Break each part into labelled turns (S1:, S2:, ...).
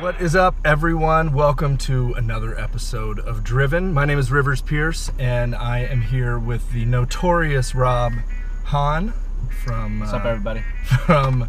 S1: What is up, everyone? Welcome to another episode of Driven. My name is Rivers Pierce, and I am here with the notorious Rob Hahn from
S2: What's up,
S1: uh,
S2: everybody?
S1: from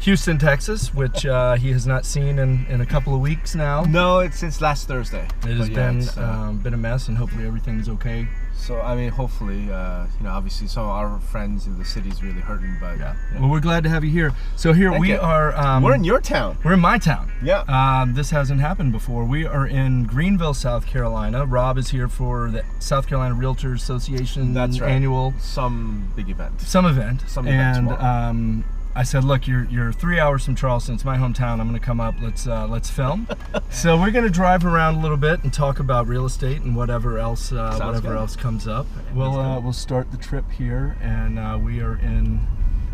S1: Houston, Texas, which uh, he has not seen in, in a couple of weeks now.
S2: No, it's since last Thursday.
S1: It has
S2: But yeah,
S1: been uh,
S2: it's, uh,
S1: um, been a mess, and hopefully everything's okay.
S2: so I mean, hopefully, uh, you know, obviously, some of our friends in the city's really hurting, but
S1: Well, we're glad to have you here. So here
S2: Thank
S1: we
S2: you.
S1: are. Um,
S2: we're in your town.
S1: We're in my town.
S2: Yeah.
S1: Um, this hasn't happened before. We are in Greenville, South Carolina. Rob is here for the South Carolina Realtors Association
S2: That's right.
S1: annual
S2: Some big event.
S1: some event.
S2: Some event
S1: and
S2: tomorrow.
S1: um, I said, look, you're you're three hours from Charleston. It's my hometown. I'm gonna come up. Let's uh, let's film. so we're gonna drive around a little bit and talk about real estate and whatever else uh,
S2: Sounds
S1: whatever
S2: good.
S1: else comes up. We'll
S2: Sounds
S1: uh,
S2: good.
S1: we'll start the trip here, and uh, we are in.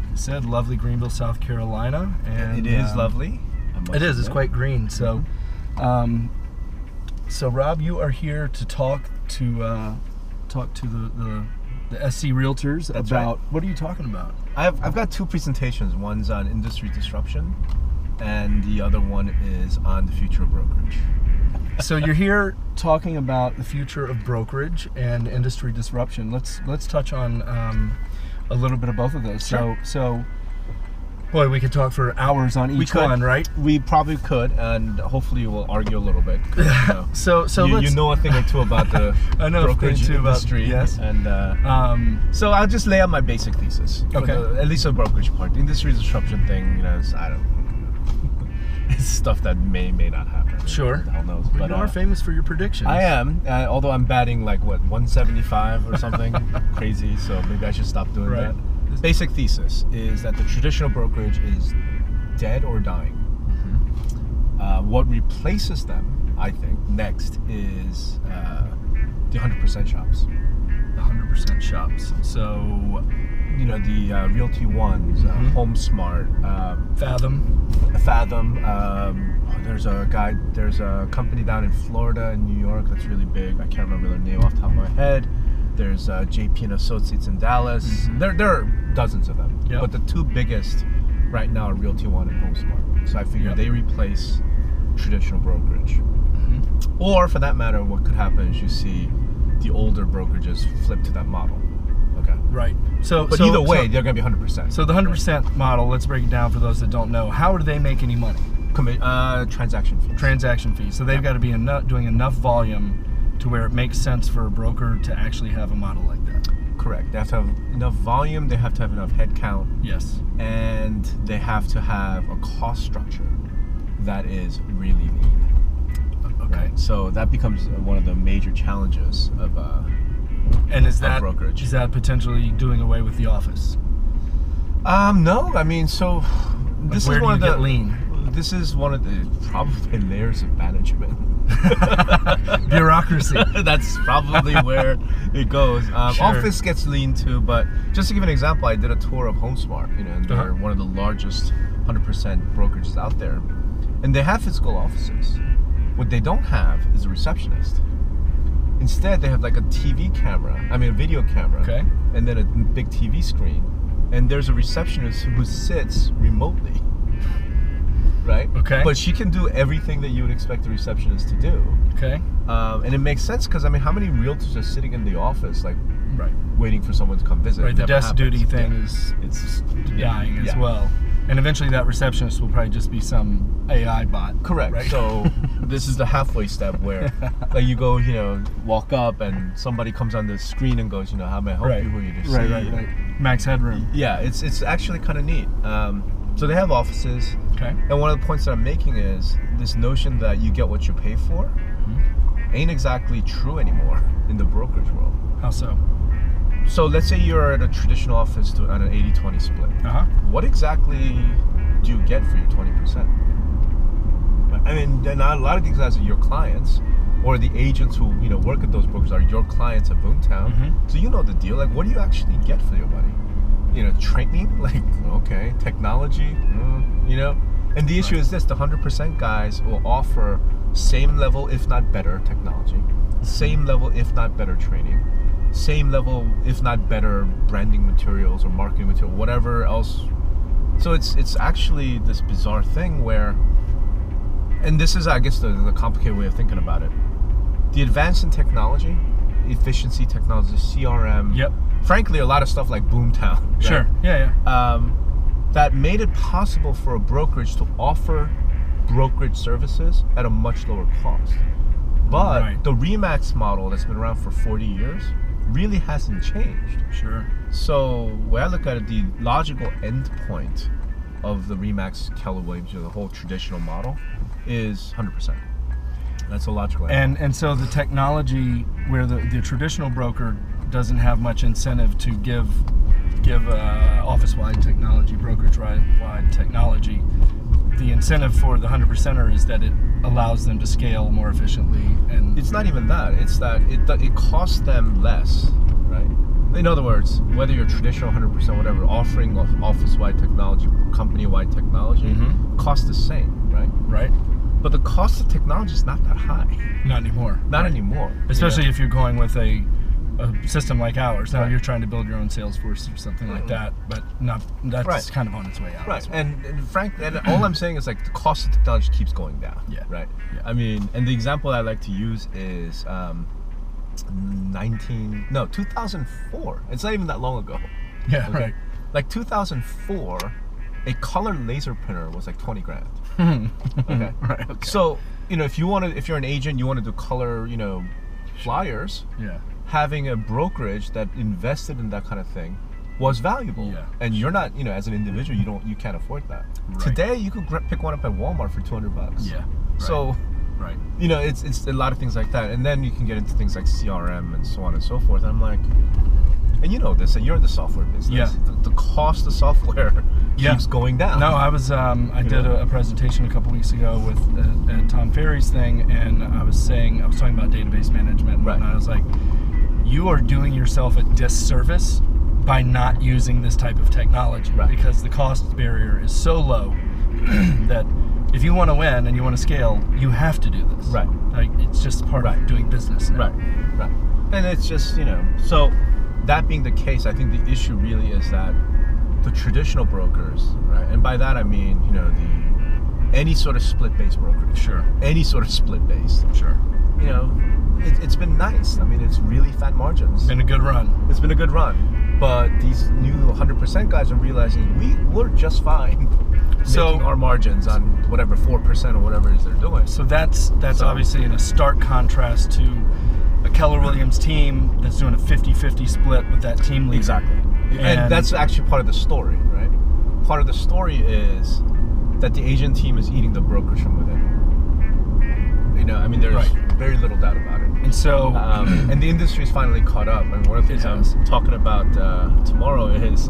S1: like I Said lovely Greenville, South Carolina, and
S2: it is
S1: um,
S2: lovely. I must
S1: it is. It's
S2: admit.
S1: quite green. So,
S2: Mm-hmm.
S1: um, so Rob, you are here to talk to uh, talk to the, the the SC realtors
S2: That's right.
S1: about what are you talking about?
S2: I've, I've got two presentations. One's on industry disruption, and the other one is on the future of brokerage.
S1: so you're here talking about the future of brokerage and industry disruption. Let's let's touch on um, a little bit of both of those.
S2: Sure.
S1: So, so boy, we could talk for hours on each
S2: could.
S1: one, right?
S2: We probably could, and hopefully, we'll argue a little bit. 'cause, You know,
S1: So so
S2: you,
S1: let's,
S2: you know a thing or two about the
S1: I know a thing or
S2: brokerage
S1: two about-
S2: industry,
S1: yes.
S2: and. Uh,
S1: um,
S2: So I'll just lay out my basic thesis. for
S1: Okay.
S2: the- at least the brokerage part. The industry disruption thing, you know, it's, I don't. It's stuff that may may not happen.
S1: Sure.
S2: Who the hell knows?
S1: but,
S2: But
S1: you are
S2: uh,
S1: famous for your predictions.
S2: I am. Uh, although I'm batting like what 175 or something crazy, so maybe I should stop doing
S1: Right.
S2: that. Basic thesis is that the traditional brokerage is dead or dying.
S1: Mm-hmm.
S2: Uh, what replaces them, I think, next is uh, the 100% shops.
S1: 100% shops. So
S2: you know the uh, Realty ones, uh,
S1: Mhm.
S2: HomeSmart, um,
S1: Fathom.
S2: Fathom. Um, oh, there's a guy. There's a company down in Florida and New York that's really big. I can't remember their name off the top of my head. There's uh, JP and Associates in Dallas.
S1: Mhm.
S2: There, there are dozens of them.
S1: Yep.
S2: But the two biggest right now are Realty One and HomeSmart. So I figure
S1: Yep.
S2: they replace traditional brokerage. Or for that matter, what could happen is you see the older brokerages flip to that model. Okay.
S1: Right. So
S2: But
S1: so-
S2: either way,
S1: so-
S2: they're gonna be 100%.
S1: So the hundred percent model, let's break it down for those that don't know. How do they make any money?
S2: Commi- uh, transaction fees.
S1: Transaction fees. So they've got to be enough, doing enough volume to where it makes sense for a broker to actually have a model like that.
S2: Correct. They have to have enough volume. They have to have enough headcount,
S1: Yes.
S2: and they have to have a cost structure that is really lean.
S1: Okay.
S2: So that becomes one of the major challenges of. Uh,
S1: And is
S2: Of
S1: that
S2: brokerage.
S1: is that potentially doing away with the office?
S2: um. No. I mean. So. This
S1: where
S2: is
S1: do
S2: one
S1: you
S2: of
S1: get
S2: the
S1: lean?
S2: This is one of the probably layers of management.
S1: Bureaucracy.
S2: That's probably where it goes. Um,
S1: Sure.
S2: Office gets lean too, but just to give an example, I did a tour of HomeSmart, you know, and they're
S1: Uh-huh.
S2: one of the largest 100% brokerages out there, and they have physical offices. What they don't have is a receptionist. Instead, they have like a TV camera, I mean, a video camera,
S1: Okay.
S2: and then a big TV screen, and there's a receptionist who sits remotely. Right.
S1: Okay.
S2: But she can do everything that you would expect a receptionist to do.
S1: Okay.
S2: Um, and it makes sense because I mean, how many realtors are sitting in the office, like
S1: Right.
S2: waiting for someone to come visit?
S1: Right. The
S2: Never
S1: desk
S2: happens.
S1: duty thing
S2: Yeah.
S1: is
S2: It's
S1: dying as
S2: yeah.
S1: well. And eventually, that receptionist will probably just be some AI bot.
S2: Correct.
S1: Right?
S2: So this is the halfway step where, like, you go, you know, walk up and somebody comes on the screen and goes, you know, how may I help
S1: right.
S2: you? Who are you to
S1: right,
S2: see?
S1: right, right. Max headroom.
S2: Yeah, it's it's actually kind of neat. Um, so they have offices,
S1: Okay.
S2: and one of the points that I'm making is this notion that you get what you pay for
S1: Mm-hmm.
S2: ain't exactly true anymore in the brokerage world.
S1: How so?
S2: So let's say you're at a traditional office to, on an 80-20 split.
S1: Uh huh.
S2: What exactly do you get for your 20%? I mean, then a lot of these guys are your clients or the agents who, you know, work at those brokers are your clients at Boomtown.
S1: Mhm.
S2: So you know the deal. Like, what do you actually get for your money? You know, training? Like, okay, technology? Mm, you know? And the issue
S1: Right.
S2: is this, the 100% guys will offer same level, if not better, technology. Same level, if not better, training same level, if not better, branding materials or marketing material, whatever else. So it's it's actually this bizarre thing where and this is, I guess, the, the complicated way of thinking about it. The advance in technology, efficiency technology, CRM.
S1: Yep.
S2: Frankly, a lot of stuff like Boomtown. right?
S1: Sure. Yeah, yeah.
S2: um, that made it possible for a brokerage to offer brokerage services at a much lower cost. But
S1: Right.
S2: the Remax model that's been around for 40 years really hasn't changed.
S1: Sure.
S2: So when I look at it, the logical endpoint of the Remax Keller Williams or the whole traditional model is 100%. That's a logical endpoint.
S1: And and so the technology where the, the traditional broker doesn't have much incentive to give give uh, office wide technology, brokerage wide technology, the incentive for the hundred percenter is that it allows them to scale more efficiently and
S2: it's not even that. It's that it it costs them less, right? In other words, whether you're traditional 100% whatever offering of office-wide technology, company-wide technology,
S1: Mhm.
S2: costs the same, right?
S1: right?
S2: But the cost of technology is not that high,
S1: Not anymore.
S2: not anymore. you know?
S1: Especially if you're going with a a system like ours. Now
S2: Right.
S1: you're trying to build your own sales force or something like
S2: Mhm.
S1: that, but not that's
S2: Right.
S1: kind of on its way out.
S2: Right, and, and Frank, and all I'm saying is like the cost of technology keeps going down.
S1: Yeah.
S2: Right.
S1: Yeah.
S2: I mean, and the example I like to use is um, 19, no, 2004. It's not even that long ago.
S1: Yeah,
S2: Okay.
S1: right.
S2: Like 2004, a color laser printer was like 20 grand. okay.
S1: Right. Okay.
S2: So, you know, if you want to, if you're an agent, you want to do color, you know, flyers,
S1: Yeah.
S2: having a brokerage that invested in that kind of thing was valuable.
S1: Yeah.
S2: And you're not, you know, as an individual, you don't, you can't afford that.
S1: Right.
S2: Today, you could gra- pick one up at Walmart for 200 bucks.
S1: Yeah.
S2: So,
S1: right.
S2: you know, it's it's a lot of things like that, and then you can get into things like CRM and so on and so forth. I'm like, and you know this, and you're in the software business.
S1: Yeah.
S2: The, the cost of software
S1: Yeah.
S2: keeps going down.
S1: No, I was. Um, I did a, a presentation a couple weeks ago with uh, at Tom Ferry's thing, and I was saying I was talking about database management,
S2: Right.
S1: and I was like, "You are doing yourself a disservice by not using this type of technology
S2: Right.
S1: because the cost barrier is so low that if you want to win and you want to scale, you have to do this.
S2: Right.
S1: Like it's just part of
S2: Right.
S1: doing business. Now.
S2: Right. Right. And it's just you know. So that being the case, I think the issue really is that the traditional brokers, right? And by that I mean you know the any sort of split-based brokerage,
S1: Sure.
S2: any sort of split-based.
S1: Sure.
S2: You know, it, it's been nice. I mean, it's really fat margins.
S1: Been a good run.
S2: it's been a good run. But these new 100% guys are realizing we we're just fine
S1: So-
S2: making our margins on whatever 4% or whatever it is they're doing.
S1: So that's that's
S2: So-
S1: obviously in a stark contrast to a Keller Williams team that's doing a 50-50 split with that team leader.
S2: And,
S1: And-
S2: that's actually part of the story, right? Part of the story is that the agent team is eating the brokers from within. You know, I mean, there's
S1: Right.
S2: very little doubt about it.
S1: And so
S2: um, and the industry's finally caught up. And one of the
S1: It
S2: things I'm
S1: has.
S2: talking about uh, tomorrow is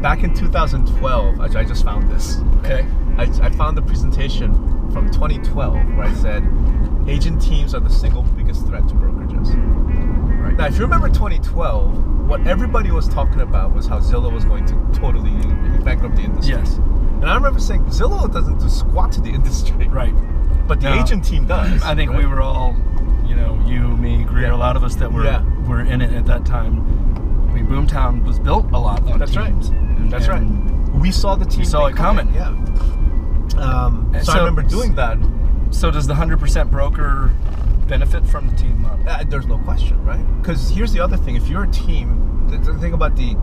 S2: back in 2012. I, I just found this.
S1: Okay.
S2: I, I found the presentation from 2012 where I said agent teams are the single biggest threat to brokerages.
S1: right.
S2: Now, if you remember 2012, what everybody was talking about was how Zillow was going to totally bankrupt the industry.
S1: Yes.
S2: And I remember saying Zillow doesn't do squat to the industry,
S1: right.
S2: But the
S1: No.
S2: agent team does.
S1: I think
S2: right?
S1: we were all, you know, you, me, Greer, a
S2: Yeah.
S1: lot of us that were
S2: Yeah.
S1: were in it at that time. I mean, Boomtown was built a lot on
S2: That's right.
S1: teams. And-
S2: That's right.
S1: and
S2: We saw the team.
S1: saw
S2: thing
S1: it coming.
S2: Yeah. Um,
S1: And
S2: so, I
S1: so-
S2: remember doing that.
S1: So does the 100% broker benefit from the team model?
S2: Uh, there's no question, right? Because here's the other thing: if you're a team, the, the thing about the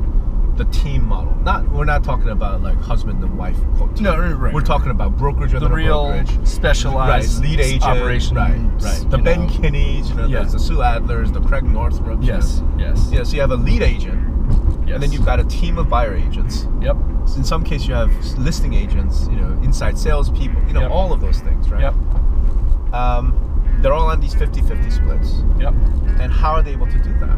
S2: the team model. Not we're not talking about like husband and wife quote. team.
S1: No, right, right,
S2: We're
S1: right.
S2: talking about brokerage
S1: the
S2: within a
S1: real
S2: brokerage. Right,
S1: specialized
S2: lead agent,
S1: operation.
S2: right, right. The
S1: you
S2: Ben
S1: know.
S2: Kinneys, you know,
S1: Yeah.
S2: there's the Sue Adlers, the Craig Northrups. you
S1: Yes,
S2: know.
S1: yes.
S2: Yeah, so you have a lead agent, and then you've got a team of buyer agents.
S1: Yep.
S2: in some case you have listing agents, you know, inside salespeople, you know,
S1: Yep.
S2: all of those things, right?
S1: Yep.
S2: Um, they're all on these 50-50 splits.
S1: Yep.
S2: And how are they able to do that?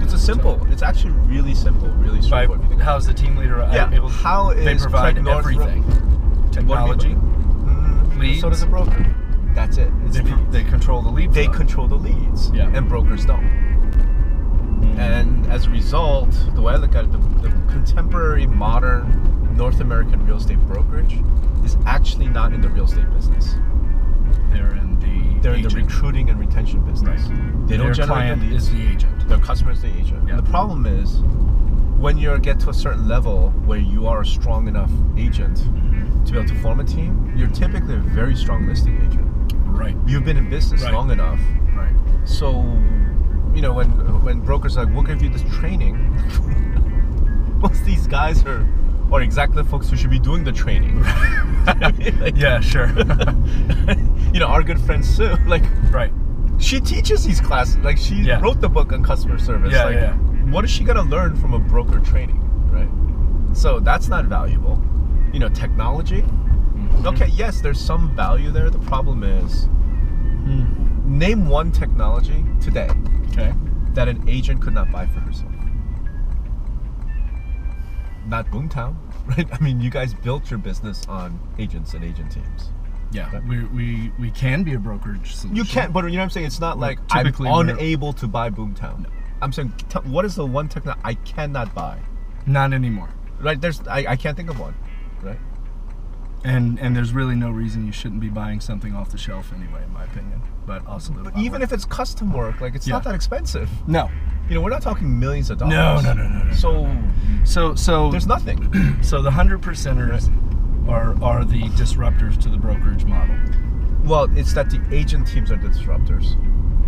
S2: It's a simple. It's actually really simple, really
S1: By
S2: straightforward. if you think
S1: how's the team leader uh,
S2: Yeah,
S1: able?
S2: how
S1: they
S2: is
S1: provide
S2: Craig Northrop-
S1: everything?
S2: What do you
S1: Technology.
S2: mean Mm,
S1: Leads?
S2: So does a broker. That's it. It's
S1: They,
S2: lead.
S1: they control the lead.
S2: they
S1: flow.
S2: control the leads,
S1: Yeah.
S2: and brokers don't. And as a result, the way I look at it, the, the contemporary modern North American real estate brokerage is actually not in the real estate business.
S1: they're in the
S2: They're in the
S1: agent.
S2: recruiting and retention business.
S1: Right.
S2: They don't
S1: Their
S2: generate
S1: client
S2: the leads.
S1: is the agent.
S2: Their customer is the agent.
S1: Yeah.
S2: The problem is when you get to a certain level where you are a strong enough agent to be able to form a team, you're typically a very strong listing agent.
S1: Right.
S2: You've been in business
S1: Right.
S2: long enough,
S1: Right.
S2: so you know when when brokers are like we'll give you this training. Most of these guys are are exactly the folks who should be doing the training. Like-
S1: Yeah. Sure.
S2: you know, our good friend Sue, like
S1: right.
S2: she teaches these classes. Like she
S1: Yeah.
S2: wrote the book on customer service.
S1: Yeah,
S2: like
S1: yeah.
S2: what is she gonna learn from a broker training? Right. So that's not valuable. You know, technology.
S1: Mm-hmm.
S2: Okay, yes, there's some value there. The problem is Mm-hmm.
S1: Mm.
S2: name one technology today
S1: Okay.
S2: that an agent could not buy for herself. Not Boomtown, right? I mean, you guys built your business on agents and agent teams.
S1: Yeah. We, we we can be a brokerage solution.
S2: You can't, but you know what I'm saying? It's not like
S1: typically
S2: I'm
S1: we're-
S2: unable to buy Boomtown. I'm saying, t- what is the one tech that I cannot buy?
S1: Not anymore.
S2: Right? There's, I, I can't think of one. Right?
S1: And and there's really no reason you shouldn't be buying something off the shelf anyway, in my opinion. But also,
S2: But even if it's custom work, like it's not
S1: Yeah.
S2: that expensive.
S1: no,
S2: You know, we're not talking millions of dollars.
S1: no, no, no, no, no.
S2: So
S1: so so
S2: there's nothing.
S1: so the hundred percenters are are the disruptors to the brokerage model.
S2: well, it's that the agent teams are the disruptors.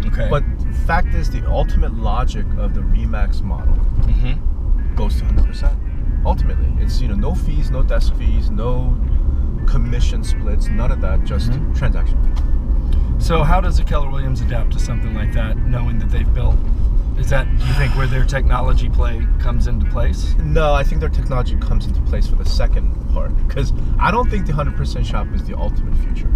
S1: Okay,
S2: But fact is, the ultimate logic of the Remax model
S1: Mhm.
S2: mm-hmm. goes to 100%. Ultimately, it's you know no fees, no desk fees, no commission splits, none of that. Just
S1: Mhm.
S2: transaction fee.
S1: So how does a Keller Williams adapt to something like that, knowing that they've built? Is that do you think where their technology play comes into place?
S2: No, I think their technology comes into place for the second part because I don't think the 100% shop is the ultimate future.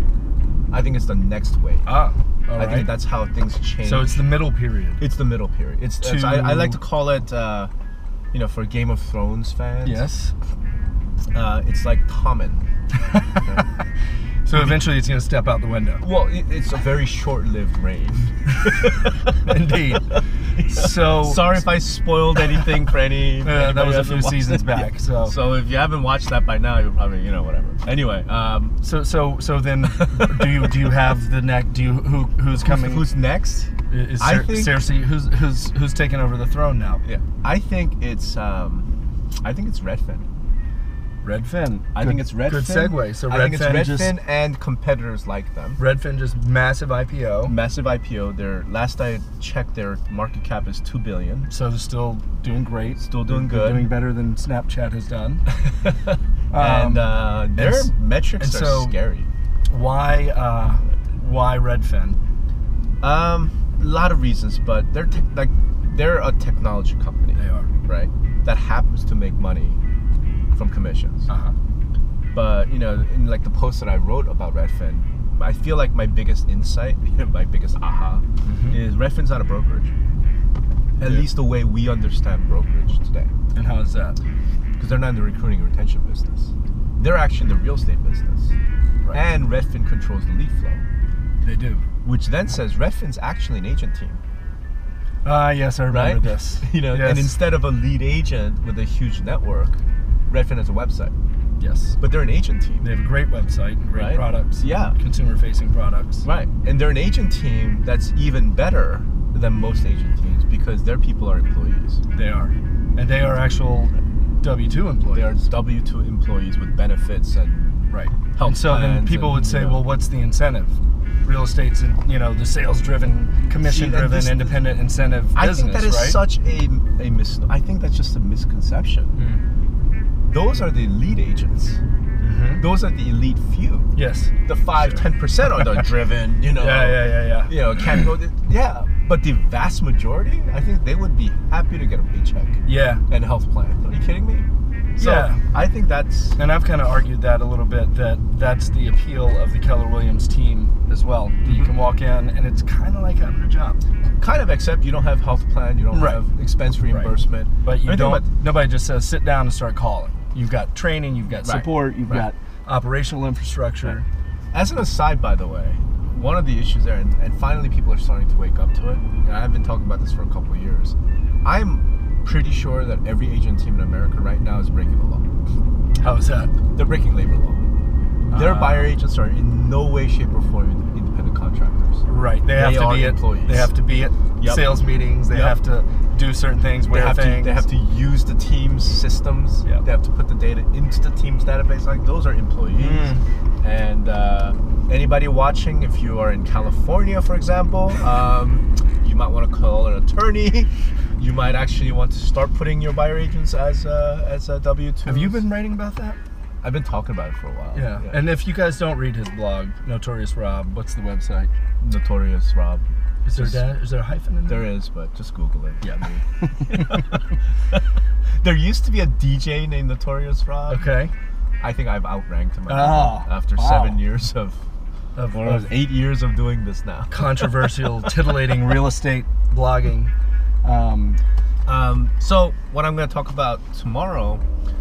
S2: I think it's the next wave.
S1: Ah, all
S2: I
S1: right.
S2: think that's how things change.
S1: so it's the middle period.
S2: It's the middle period. It's, it's- I, I like to call it, uh, you know, for Game of Thrones fans.
S1: Yes.
S2: Uh, it's like common.
S1: So eventually, it's going to step out the window.
S2: Well, it, it's a very short-lived reign.
S1: Indeed. So
S2: Sorry if I spoiled anything for any.
S1: Uh, that was
S2: anybody
S1: a
S2: who
S1: few
S2: hasn't watched
S1: seasons
S2: it
S1: back,
S2: yet.
S1: so-
S2: so if you haven't watched that by now, you're probably you know whatever. Anyway, um,
S1: So so so then, do you do you have the neck? Do you who who's coming?
S2: who's next?
S1: is
S2: I
S1: Cer-
S2: think-
S1: Cersei? Who's who's who's taking over the throne now?
S2: Yeah, I think it's um, I think it's Redfin.
S1: Redfin.
S2: I think it's Redfin.
S1: Good segue. So
S2: I
S1: Redfin
S2: think it's Redfin
S1: just
S2: and competitors like them.
S1: Redfin just massive IPO.
S2: Massive IPO. Their last I checked, their market cap is two billion.
S1: So they're still doing great.
S2: Still doing
S1: They're
S2: good.
S1: Doing better than Snapchat has done.
S2: and uh, their
S1: s-
S2: metrics
S1: Um, and
S2: are
S1: so-
S2: scary.
S1: Why uh, why Redfin?
S2: Um, a lot of reasons, but they're tech like they're a technology company,
S1: They are.
S2: right? That happens to make money from commissions.
S1: Uh huh.
S2: But you know, in like the post that I wrote about Redfin, I feel like my biggest insight, my biggest aha,
S1: Mhm.
S2: is Redfin's not a brokerage. At
S1: Yeah.
S2: least the way we understand brokerage today,
S1: And how is that?
S2: because they're not in the recruiting and retention business. They're actually in the real estate business,
S1: Right.
S2: and Redfin controls the lead flow,
S1: They do.
S2: which then says Redfin's actually an agent team.
S1: Ah yes, I remember
S2: Right?
S1: this.
S2: you know,
S1: yes.
S2: and instead of a lead agent with a huge network, Redfin has a website,
S1: yes.
S2: but they're an agent team,
S1: They have a great website and great
S2: Right?
S1: products.
S2: Yeah.
S1: Consumer facing products.
S2: right? And they're an agent team that's even better than most agent teams because their people are employees.
S1: They are. And they are actual W 2 employees.
S2: They are W two employees with benefits and
S1: Right.
S2: health
S1: and so then
S2: plans
S1: people
S2: and,
S1: would say,
S2: you know.
S1: well, what's the incentive? Real estate's, in, you know, the sales driven, commission
S2: See, and
S1: driven,
S2: this-
S1: independent incentive
S2: I
S1: business,
S2: think that is
S1: right?
S2: such a a mis. I think that's just a misconception. Those are the elite agents.
S1: Mm-hmm.
S2: Those are the elite few.
S1: Yes.
S2: The five,
S1: Sure.
S2: ten percent are the driven. You know.
S1: Yeah, yeah, yeah, yeah.
S2: you know, can't go. th- Yeah, but the vast majority, I think they would be happy to get a paycheck
S1: Yeah.
S2: and a health plan. Are you kidding me? So
S1: Yeah.
S2: I think that's
S1: And I've kind of argued that a little bit that that's the appeal of the Keller Williams team as well. That
S2: Mm-hmm.
S1: you can walk in and it's kind of like having a job,
S2: kind of except you don't have health plan, you don't
S1: Right.
S2: have expense reimbursement,
S1: but you
S2: Anything
S1: don't.
S2: but-
S1: nobody just says sit down and start calling. You've got training, you've got
S2: Right.
S1: support, you've
S2: Right.
S1: got operational infrastructure.
S2: As an aside, by the way, one of the issues there, and, and finally people are starting to wake up to it. And I've been talking about this for a couple of years. I'm pretty sure that every agent team in America right now is breaking the law.
S1: How's that?
S2: They're breaking labor law. Their
S1: Ah.
S2: buyer agents are in no way, shape, or form independent contractors.
S1: Right. They,
S2: They
S1: have to
S2: are
S1: be at
S2: employees.
S1: They have to be at
S2: Yep.
S1: sales meetings. They
S2: Yep.
S1: have to do certain things,
S2: They
S1: wear
S2: have, to,
S1: things.
S2: they have to use the team's systems.
S1: Yeah.
S2: They have to put the data into the team's database. Like those are employees.
S1: Mm.
S2: And uh, anybody watching, if you are in California, for example, um, you might want to call an attorney. You might actually want to start putting your buyer agents as a, as a W two.
S1: Have you been writing about that?
S2: I've been talking about it for a while.
S1: Yeah. And if you guys don't read his blog, Notorious Rob, what's the website?
S2: notorious Rob.
S1: Is there
S2: Just-
S1: da- is there a hyphen in
S2: There is, but just Google it.
S1: Yeah.
S2: I mean- there used to be a DJ named Notorious Rob.
S1: Okay.
S2: I think I've outranked him
S1: Ah,
S2: after
S1: wow.
S2: seven years of,
S1: Of,
S2: or
S1: of
S2: eight years of doing this now.
S1: controversial, titillating real estate blogging. Um,
S2: Um, so what I'm going to talk about tomorrow.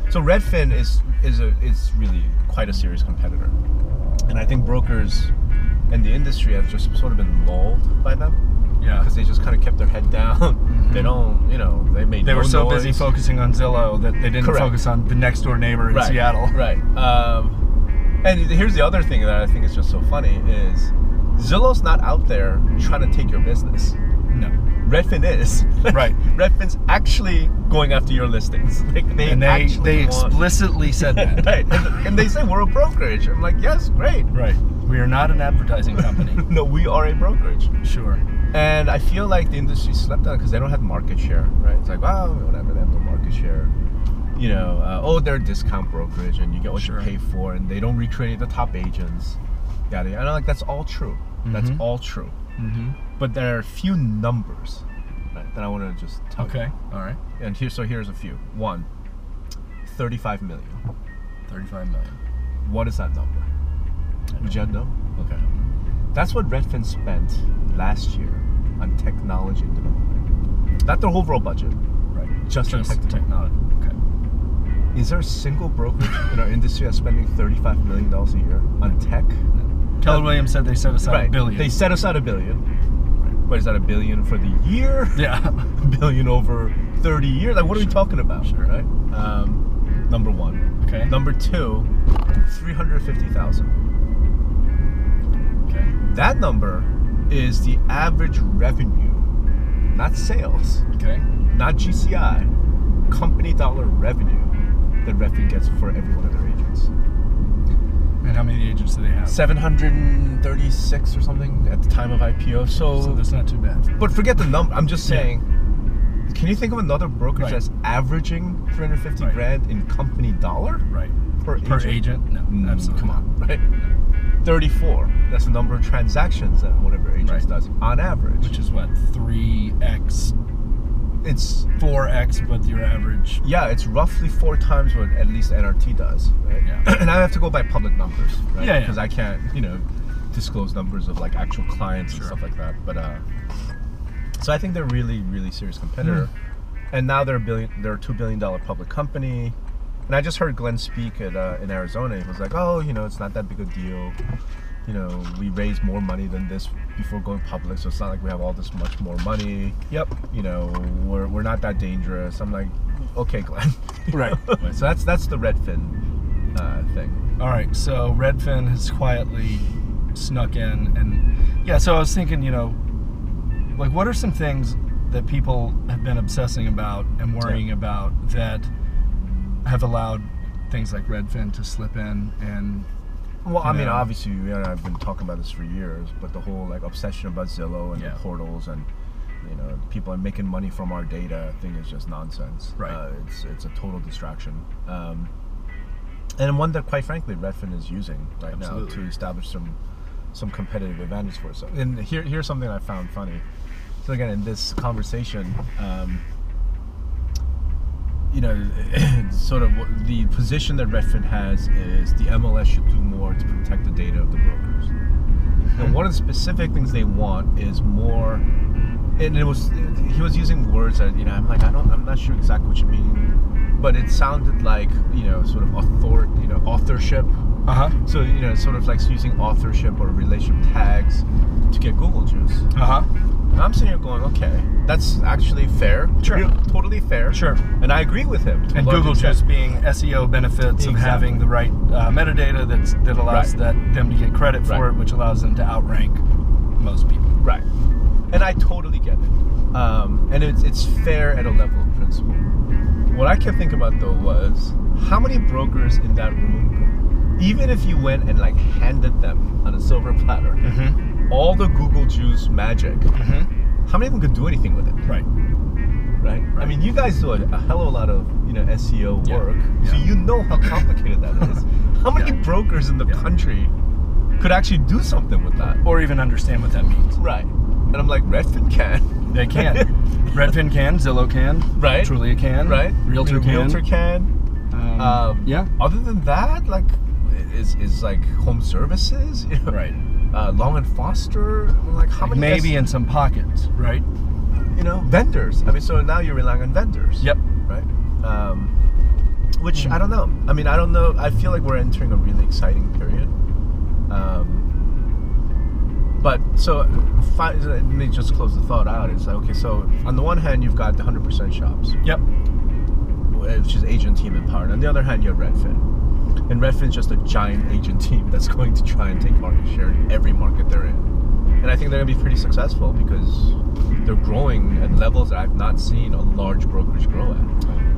S2: So Redfin is is a is really quite a serious competitor, and I think brokers and the industry have just sort of been lulled by them
S1: yeah.
S2: because they just kind of kept their head down. They don't, you know, they
S1: Mm-hmm.
S2: made
S1: They
S2: no
S1: were so busy
S2: noise.
S1: focusing on Zillow that they didn't
S2: Correct.
S1: focus on the next door neighbor in
S2: right,
S1: Seattle.
S2: Right. Um, and here's the other thing that I think is just so funny is Zillow's not out there trying to take your business.
S1: No.
S2: Redfin is.
S1: Right.
S2: Redfin's actually going after your listings. Like they
S1: and they
S2: actually
S1: they
S2: want-
S1: explicitly said that.
S2: right. And, and they say we're a brokerage. I'm like, yes, great.
S1: Right. We are not an advertising company.
S2: No, we are a brokerage.
S1: sure.
S2: And I feel like the industry slept on because they don't have market share, right? It's like, wow, whatever, they have no market share. You know, uh, oh, they're a discount brokerage and you get what
S1: Sure.
S2: you pay for and they don't recreate the top agents. Yada, yada. And I'm like, that's all true. That's
S1: Mhm.
S2: all true.
S1: Mm-hmm.
S2: But there are a few numbers right, that I want to just tell
S1: Okay. All right.
S2: you. And here, so here's a few. One, 35 million.
S1: Thirty-five million.
S2: What is that number? Would you know? Okay. That's what Redfin spent last year on technology development. Not their overall budget.
S1: Right.
S2: Just on tech-
S1: technology. Okay.
S2: Is there a single brokerage in our industry that's spending $35 million a year on tech?
S1: Keller Williams said they set aside a billion.
S2: They set aside a billion. What is that, a billion for the year?
S1: yeah.
S2: A billion over 30 years? Like, what are we
S1: Sure.
S2: talking about?
S1: Sure.
S2: Right? Um, number one.
S1: Okay.
S2: Number two, 350000
S1: Okay.
S2: That number is the average revenue, not sales,
S1: Okay.
S2: not GCI, company dollar revenue that Redfin gets for every one of their agents.
S1: And how many agents do they have?
S2: 736 or something at the time of IPO. So,
S1: So that's not too bad.
S2: but forget the number. I'm just
S1: Yeah.
S2: saying, can you think of another brokerage
S1: Right.
S2: that's averaging 350
S1: Right.
S2: grand in company dollar
S1: Right.
S2: per,
S1: Per agent? No.
S2: Mm,
S1: absolutely.
S2: Come on, right? 34. That's the number of transactions that one of their agents
S1: Right.
S2: does on average.
S1: Which is what three x,
S2: it's
S1: four x, but your average.
S2: Yeah, it's roughly four times what at least NRT does. Right?
S1: Yeah.
S2: and I have to go by public numbers, right?
S1: Yeah, yeah.
S2: Because I can't, you know, disclose numbers of like actual clients
S1: Sure.
S2: and stuff like that. But uh, so I think they're really, really serious competitor.
S1: Hmm.
S2: And now they're a billion, they're a two billion dollar public company. And I just heard Glenn speak at, uh, in Arizona. He was like, "Oh, you know, it's not that big a deal. You know, we raised more money than this before going public, so it's not like we have all this much more money."
S1: Yep.
S2: you know, we're, we're not that dangerous. I'm like, okay, Glenn.
S1: Right.
S2: so that's that's the Redfin uh, thing.
S1: All right, so Redfin has quietly snuck in, and yeah, so I was thinking, you know, like what are some things that people have been obsessing about and worrying
S2: Yeah.
S1: about that have allowed things like Redfin to slip in, and
S2: Well, I mean,
S1: Yeah.
S2: obviously, you and I've been talking about this for years, but the whole like obsession about Zillow and
S1: Yeah.
S2: the portals and you know people are making money from our data thing is just nonsense.
S1: Right.
S2: Uh, it's it's a total distraction. Um, and one that, quite frankly, Redfin is using right
S1: Absolutely.
S2: now to establish some some competitive advantage for itself. And here here's something I found funny. So again, in this conversation. Um, you know, sort of what the position that Redfin has is the MLS should do more to protect the data of the brokers. And one of the specific things they want is more, and it was he was using words that you know I'm like I don't I'm not sure exactly what you mean, but it sounded like you know sort of author you know authorship.
S1: uh huh,
S2: So you know sort of like using authorship or relationship tags to get Google juice.
S1: uh huh,
S2: And I'm sitting here going, okay, that's actually fair,
S1: Sure.
S2: Real- totally fair,
S1: Sure.
S2: and I agree with him. to a
S1: and
S2: large
S1: Google
S2: extent.
S1: just being SEO benefits of
S2: Exactly.
S1: having the right uh, metadata that's that allows
S2: Right.
S1: that them to get credit for
S2: Right.
S1: it, which allows them to outrank most people.
S2: Right. And I totally get it. Um, and it's it's fair at a level of principle. What I kept thinking about though was how many brokers in that room, even if you went and like handed them on a silver platter
S1: Mm-hmm.
S2: all the Google juice magic,
S1: Mm-hmm.
S2: how many of them could do anything with it?
S1: Right.
S2: right? I mean, you guys do a, a hell of a lot of you know SEO
S1: Yeah.
S2: work, so
S1: Yeah.
S2: you know how complicated that is. How many
S1: Yeah.
S2: brokers in the
S1: Yeah.
S2: country could actually do something with that?
S1: Or even understand what that means.
S2: Right. And I'm like, Redfin can,
S1: They can. Redfin can, Zillow can,
S2: Right.
S1: Trulia can,
S2: right?
S1: Realtor
S2: Your
S1: can.
S2: Realtor can.
S1: Um,
S2: Um,
S1: yeah.
S2: Other than that, like, is is like home services, you know,
S1: Right.
S2: Uh, Long and Foster, like how many?
S1: Maybe
S2: guys-
S1: in some pockets, right?
S2: you know vendors. I mean, so now you're relying on vendors.
S1: Yep. Mm-hmm.
S2: right? Um, which I don't know. I mean, I don't know. I feel like we're entering a really exciting period. Um, but so, fi- let me just close the thought out. It's like okay, so on the one hand, you've got the hundred percent shops,
S1: Yep.
S2: which is agent team empowered. On the other hand, you have Redfin, and Redfin's just a giant agent team that's going to try and take market share in every market they're in. And I think they're going to be pretty successful because they're growing at levels that I've not seen a large brokerage grow at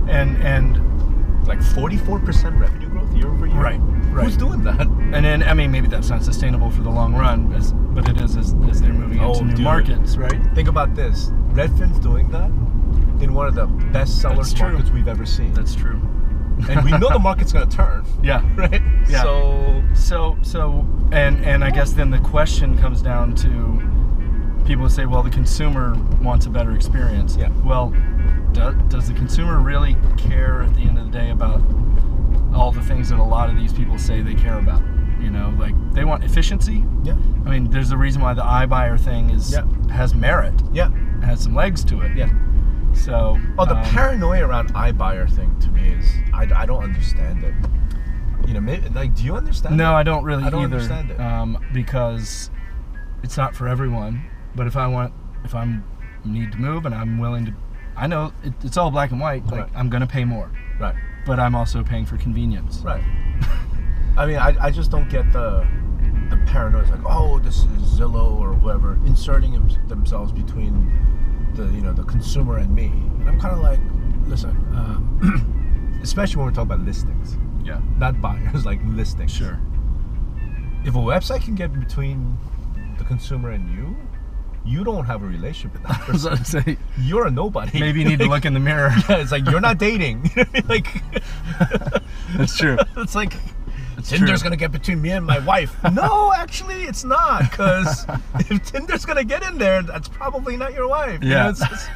S1: And and
S2: like 44% revenue growth year over year.
S1: Right, right.
S2: Who's doing that?
S1: and then I mean maybe that's not sustainable for the long run, as, but it is as, as they're moving
S2: Oh,
S1: into new
S2: dude.
S1: markets, right?
S2: Think about this. Redfin's doing that in one of the best sellers
S1: That's true.
S2: markets we've ever seen.
S1: That's true.
S2: and we know the market's going to turn,
S1: Yeah.
S2: right?
S1: Yeah.
S2: So,
S1: So so and and I guess then the question comes down to people say, well, the consumer wants a better experience.
S2: Yeah.
S1: Well, do, does the consumer really care at the end of the day about all the things that a lot of these people say they care about? You know, like they want efficiency.
S2: yeah.
S1: I mean, there's a reason why the iBuyer thing is
S2: Yeah.
S1: has merit,
S2: Yeah.
S1: has some legs to it.
S2: Yeah.
S1: So.
S2: Oh, the
S1: um,
S2: paranoia around iBuyer thing to me is I, I don't understand it. You know, maybe, like, do you understand
S1: No,
S2: it?
S1: I don't really
S2: I don't
S1: either.
S2: understand it.
S1: Um, because it's not for everyone. But if I want, if I'm need to move and I'm willing to, I know it, it's all black and white. Like
S2: Right.
S1: I'm gonna pay more,
S2: Right,
S1: but I'm also paying for convenience.
S2: right. I mean, I, I just don't get the the paranoia. It's like, oh, this is Zillow or whoever inserting them- themselves between the you know the consumer and me. And I'm kind of like, listen, um, especially when we're talking about listings,
S1: Yeah.
S2: not buyers, like listings.
S1: Sure.
S2: If a website can get between the consumer and you, you don't have a relationship with that
S1: I was
S2: person.
S1: about to say
S2: You're a nobody.
S1: maybe you need to look in the mirror.
S2: Yeah, it's like you're not dating. You know what I mean? like,
S1: That's true.
S2: it's like
S1: It's
S2: Tinder's
S1: true.
S2: gonna get between me and my wife. no, actually, it's not. Because if Tinder's gonna get in there, that's probably not your wife. You know,
S1: Yeah.
S2: it's just-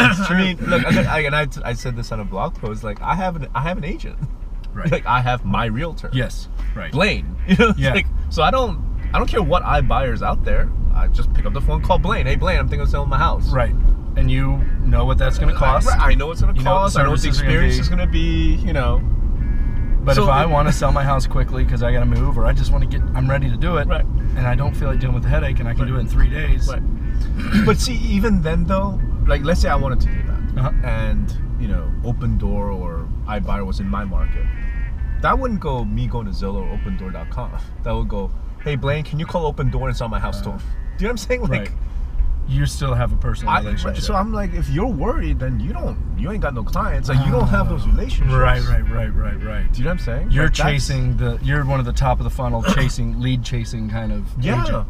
S2: I mean, look, I, I- and I, I said this on a blog post. Like, I have an I have an agent.
S1: Right.
S2: Like, I have my realtor.
S1: yes. Right.
S2: Blaine. You know. it's
S1: Yeah.
S2: Like, so I don't I don't care what I buyers out there. I just pick up the phone, call Blaine. Hey, Blaine, I'm thinking of selling my house.
S1: Right. And you know what that's gonna cost.
S2: Right, I know what's gonna
S1: You know what
S2: cost.
S1: the
S2: I know what the
S1: services are gonna
S2: experience
S1: be.
S2: is gonna be. You know.
S1: But
S2: So
S1: if I
S2: it-
S1: want to sell my house quickly because I got to move, or I just want to get, I'm ready to do it,
S2: Right.
S1: and I don't feel like dealing with a headache, and I can do it in three days.
S2: Right. but see, even then though, like let's say I wanted to do that,
S1: Uh-huh.
S2: and you know, Open Door or iBuyer was in my market, that wouldn't go me going to Zillow or OpenDoor.com. That would go, hey Blaine, can you call Open Door and sell my house to him? Do you know what I'm saying? Like,
S1: Uh-huh. Right. You still have a personal
S2: I,
S1: relationship.
S2: so I'm like, if you're worried, then you don't, you ain't got no clients. Like, you don't have those relationships.
S1: Ah. right, right, right, right, right.
S2: Do you know what I'm saying?
S1: You're
S2: Like, that's-
S1: chasing the, you're one of the top of the funnel chasing, lead chasing kind of
S2: yeah,
S1: agent.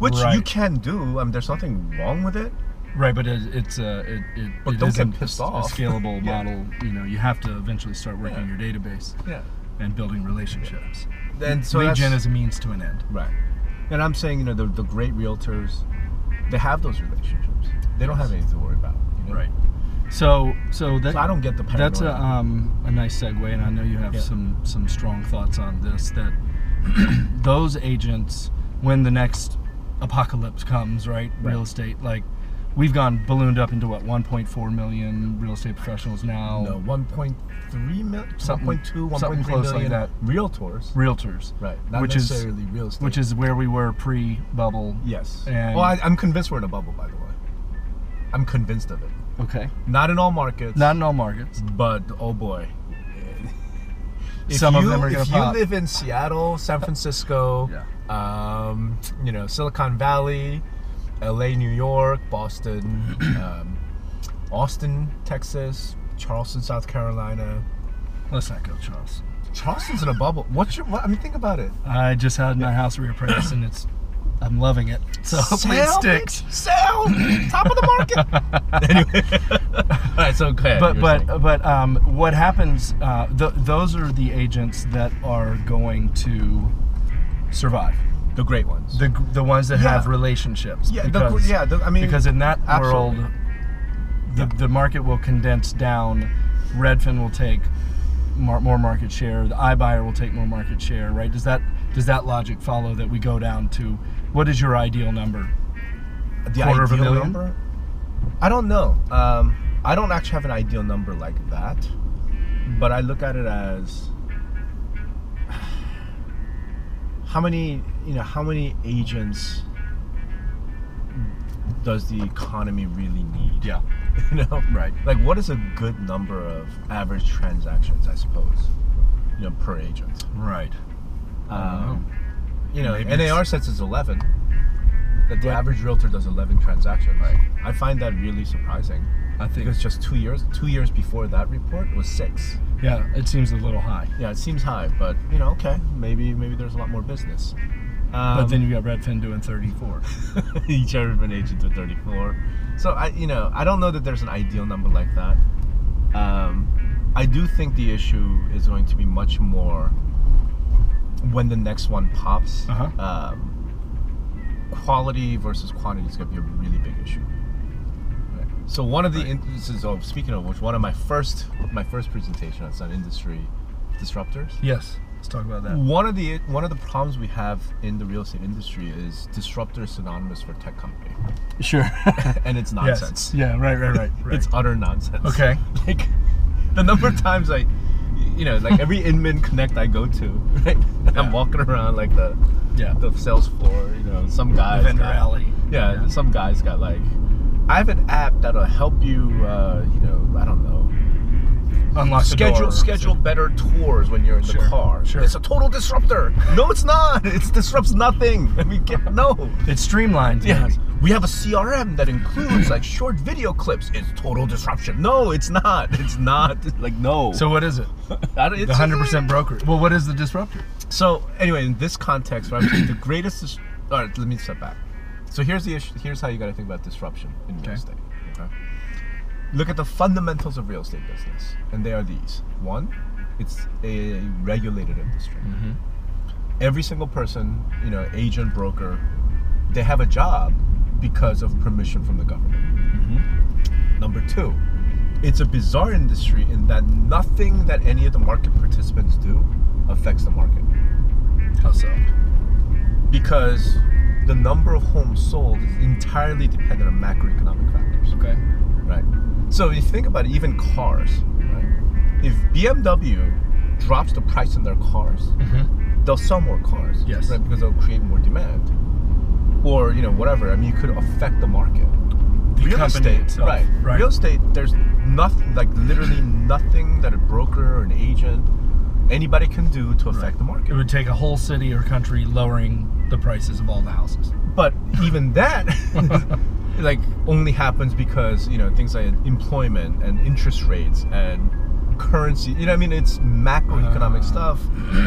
S2: which you
S1: Right.
S2: can do. I mean, there's nothing wrong with it.
S1: Right, but it, it's a, it, it,
S2: But
S1: it
S2: don't get
S1: isn't
S2: pissed
S1: a,
S2: off.
S1: a scalable
S2: Yeah.
S1: model. You know, you have to eventually start working
S2: Yeah.
S1: your database
S2: Yeah.
S1: and building relationships.
S2: And so
S1: lead
S2: that's-
S1: gen is a means to an end.
S2: Right. And I'm saying, you know, the, the great realtors, they have those relationships. They don't have anything to worry about. You know?
S1: Right. So, so that
S2: So I don't get the paranoia.
S1: That's a, um, a nice segue, and I know you have
S2: Yeah.
S1: some some strong thoughts on this. That those agents, when the next apocalypse comes, right,
S2: Right.
S1: real estate, like we've gone ballooned up into what 1.4 million real estate professionals now,
S2: no, 1.3 million,
S1: Something-
S2: 1.2,
S1: something
S2: 1.3
S1: close like
S2: million
S1: that.
S2: realtors.
S1: realtors,
S2: right. Not
S1: which is-
S2: necessarily real estate.
S1: which is where we were pre bubble.
S2: Yes.
S1: and-
S2: well, I, I'm convinced we're in a bubble, by the way. I'm convinced of it.
S1: Okay,
S2: Not in all markets.
S1: not in all markets.
S2: But oh boy. If
S1: Some of
S2: you-
S1: them are gonna
S2: If
S1: pop.
S2: you live in Seattle, San Francisco, um, you know Silicon Valley, L.A., New York, Boston, um, Austin, Texas, Charleston, South Carolina.
S1: Let's not go, Charles.
S2: Charleston's in a bubble. What's your? What, I mean, think about it.
S1: I just had my house reappraised and it's I'm loving it. So hopefully it
S2: Sell,
S1: sticks.
S2: bitch, Sell, top of the market. anyway, all right. So go ahead.
S1: But
S2: you were
S1: but
S2: saying.
S1: but um, what happens? Uh, th- those are the agents that are going to survive.
S2: the great ones.
S1: The g- the ones that have
S2: Yeah.
S1: relationships.
S2: yeah, the,
S1: because,
S2: gr- yeah. The, I mean,
S1: because in that
S2: absolutely.
S1: world, the, the market will condense down. Redfin will take mar- more market share. The iBuyer will take more market share. Right? Does that does that logic follow that we go down to what is your ideal number?
S2: the
S1: quarter of a
S2: ideal
S1: million?
S2: number? I don't know. Um, I don't actually have an ideal number like that, but I look at it as how many you know how many agents does the economy really need?
S1: Yeah.
S2: you know
S1: Right.
S2: like what is a good number of average transactions? I suppose you know per agent.
S1: Right. don't
S2: Um, you know,
S1: Maybe
S2: NAR
S1: it's-
S2: says it's 11. That the
S1: Right.
S2: average realtor does 11 transactions.
S1: Right.
S2: I find that really surprising.
S1: I think
S2: Because just two years, two years before that report was six.
S1: yeah, it seems a little high.
S2: Yeah, it seems high, but you know, okay, maybe maybe there's a lot more business. Um,
S1: but then you got Redfin doing 34.
S2: each urban agent with 34. So I, you know, I don't know that there's an ideal number like that. Um, I do think the issue is going to be much more when the next one pops.
S1: Uh-huh.
S2: Um, quality versus quantity is going to be a really big issue. So one of the instances of oh, speaking of which, one of my first my first presentation on some industry disruptors.
S1: Yes. Let's talk about that.
S2: One of the one of the problems we have in the real estate industry is disruptor is synonymous for tech company,
S1: Sure.
S2: and it's
S1: yes.
S2: nonsense.
S1: Yeah. Right. Right. Right. right.
S2: It's utter nonsense.
S1: Okay.
S2: Like the number of times I, you know, like every Inman Connect I go to, right?
S1: Yeah.
S2: I'm walking around like the
S1: yeah.
S2: the sales floor. You know, some guys.
S1: vendor alley.
S2: Yeah,
S1: Yeah.
S2: some guys got like, I have an app that'll help you. Uh, you know, I don't know.
S1: Unlock the
S2: schedule
S1: door.
S2: schedule better tours when you're in
S1: Sure,
S2: the car.
S1: sure.
S2: It's a total disruptor. No, it's not. It disrupts nothing. I mean, get, no.
S1: It's streamlined.
S2: Yes.
S1: maybe.
S2: We have a CRM that includes like short video clips. It's total disruption. No, it's not. It's not. Like no.
S1: So what is it?
S2: I don't-
S1: The
S2: it's-
S1: hundred percent broker. Well, what is the disruptor?
S2: So anyway, in this context, right, the greatest. Dis- all right, let me step back. So here's the issue. Here's how you got to think about disruption in real
S1: Okay.
S2: estate. Okay. Look at the fundamentals of real estate business, and they are these. One, it's a regulated industry. Every single person, you know, agent, broker, they have a job because of permission from the government. Number two, it's a bizarre industry in that nothing that any of the market participants do affects the market
S1: How so?
S2: because the number of homes sold is entirely dependent on macroeconomic factors,
S1: Okay.
S2: right? So if you think about it, even cars, right? If BMW drops the price on their cars,
S1: Mm-hmm.
S2: they'll sell more cars,
S1: Yes.
S2: right? Because they'll create more demand, or you know whatever. I mean, you could affect the market.
S1: The
S2: Real
S1: company
S2: estate,
S1: itself.
S2: right?
S1: Right.
S2: Real estate, there's nothing like literally nothing that a broker or an agent, anybody can do to affect
S1: Right.
S2: the market.
S1: It would take a whole city or country lowering the prices of all the houses.
S2: but even that like only happens because you know things like employment and interest rates and currency you know what i mean it's macroeconomic
S1: Ah.
S2: stuff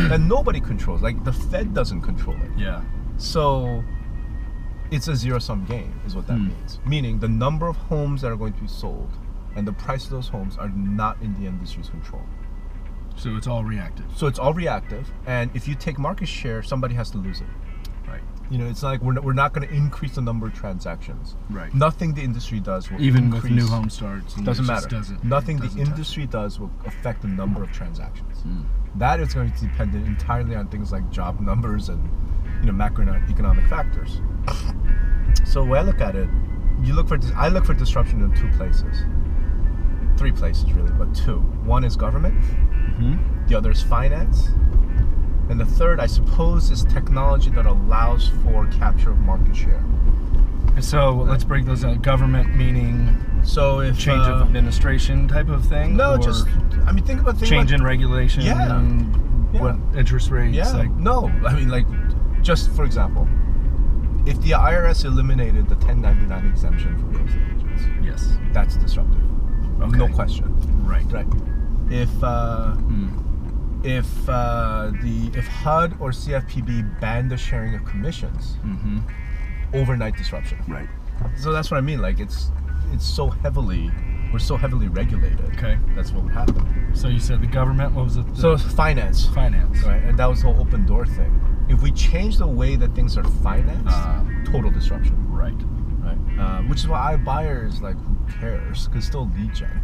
S2: that nobody controls like the fed doesn't control it
S1: Yeah.
S2: so it's a zero sum game is what that
S1: Hmm.
S2: means meaning the number of homes that are going to be sold and the price of those homes are not in the industry's control
S1: So it's all reactive.
S2: so it's all reactive and if you take market share somebody has to lose it
S1: Right.
S2: you know, it's not like we're, we're not going to increase the number of transactions.
S1: Right.
S2: Nothing the industry does will
S1: Even
S2: increase.
S1: with new home starts. and
S2: doesn't
S1: it
S2: matter.
S1: just Doesn't,
S2: Nothing
S1: it doesn't
S2: the
S1: touch.
S2: industry does will affect the number of transactions.
S1: Mm.
S2: That is going to be dependent entirely on things like job numbers and you know macroeconomic factors. So when I look at it, you look for dis- I look for disruption in two places, three places really, but two. One is government,
S1: Mhm.
S2: the other is finance. And the third, I suppose, is technology that allows for capture of market share. Hmm?
S1: So let's break those out. Government meaning
S2: So if
S1: change
S2: uh,
S1: of administration type of thing.
S2: no,
S1: or
S2: just I mean, think about things
S1: change
S2: like,
S1: in regulation.
S2: Yeah.
S1: What interest rates?
S2: yeah,
S1: Like
S2: no, I mean, like just for example, If the IRS eliminated the 1099 exemption for real estate agents,
S1: Yes.
S2: that's disruptive.
S1: Okay.
S2: No question.
S1: Right.
S2: Right. If uh,
S1: Mm.
S2: if uh, the if HUD or CFPB banned the sharing of commissions,
S1: Mm-hmm.
S2: overnight disruption.
S1: Right.
S2: So that's what I mean. Like it's it's so heavily we're so heavily regulated.
S1: Okay.
S2: That's what would happen.
S1: So you said the government. What was it? The
S2: So finance,
S1: finance.
S2: right? And that was the whole open door thing. If we change the way that things are financed,
S1: Ah.
S2: total disruption,
S1: Right.
S2: right? Uh, which is why I buyers like who cares because still lead gen.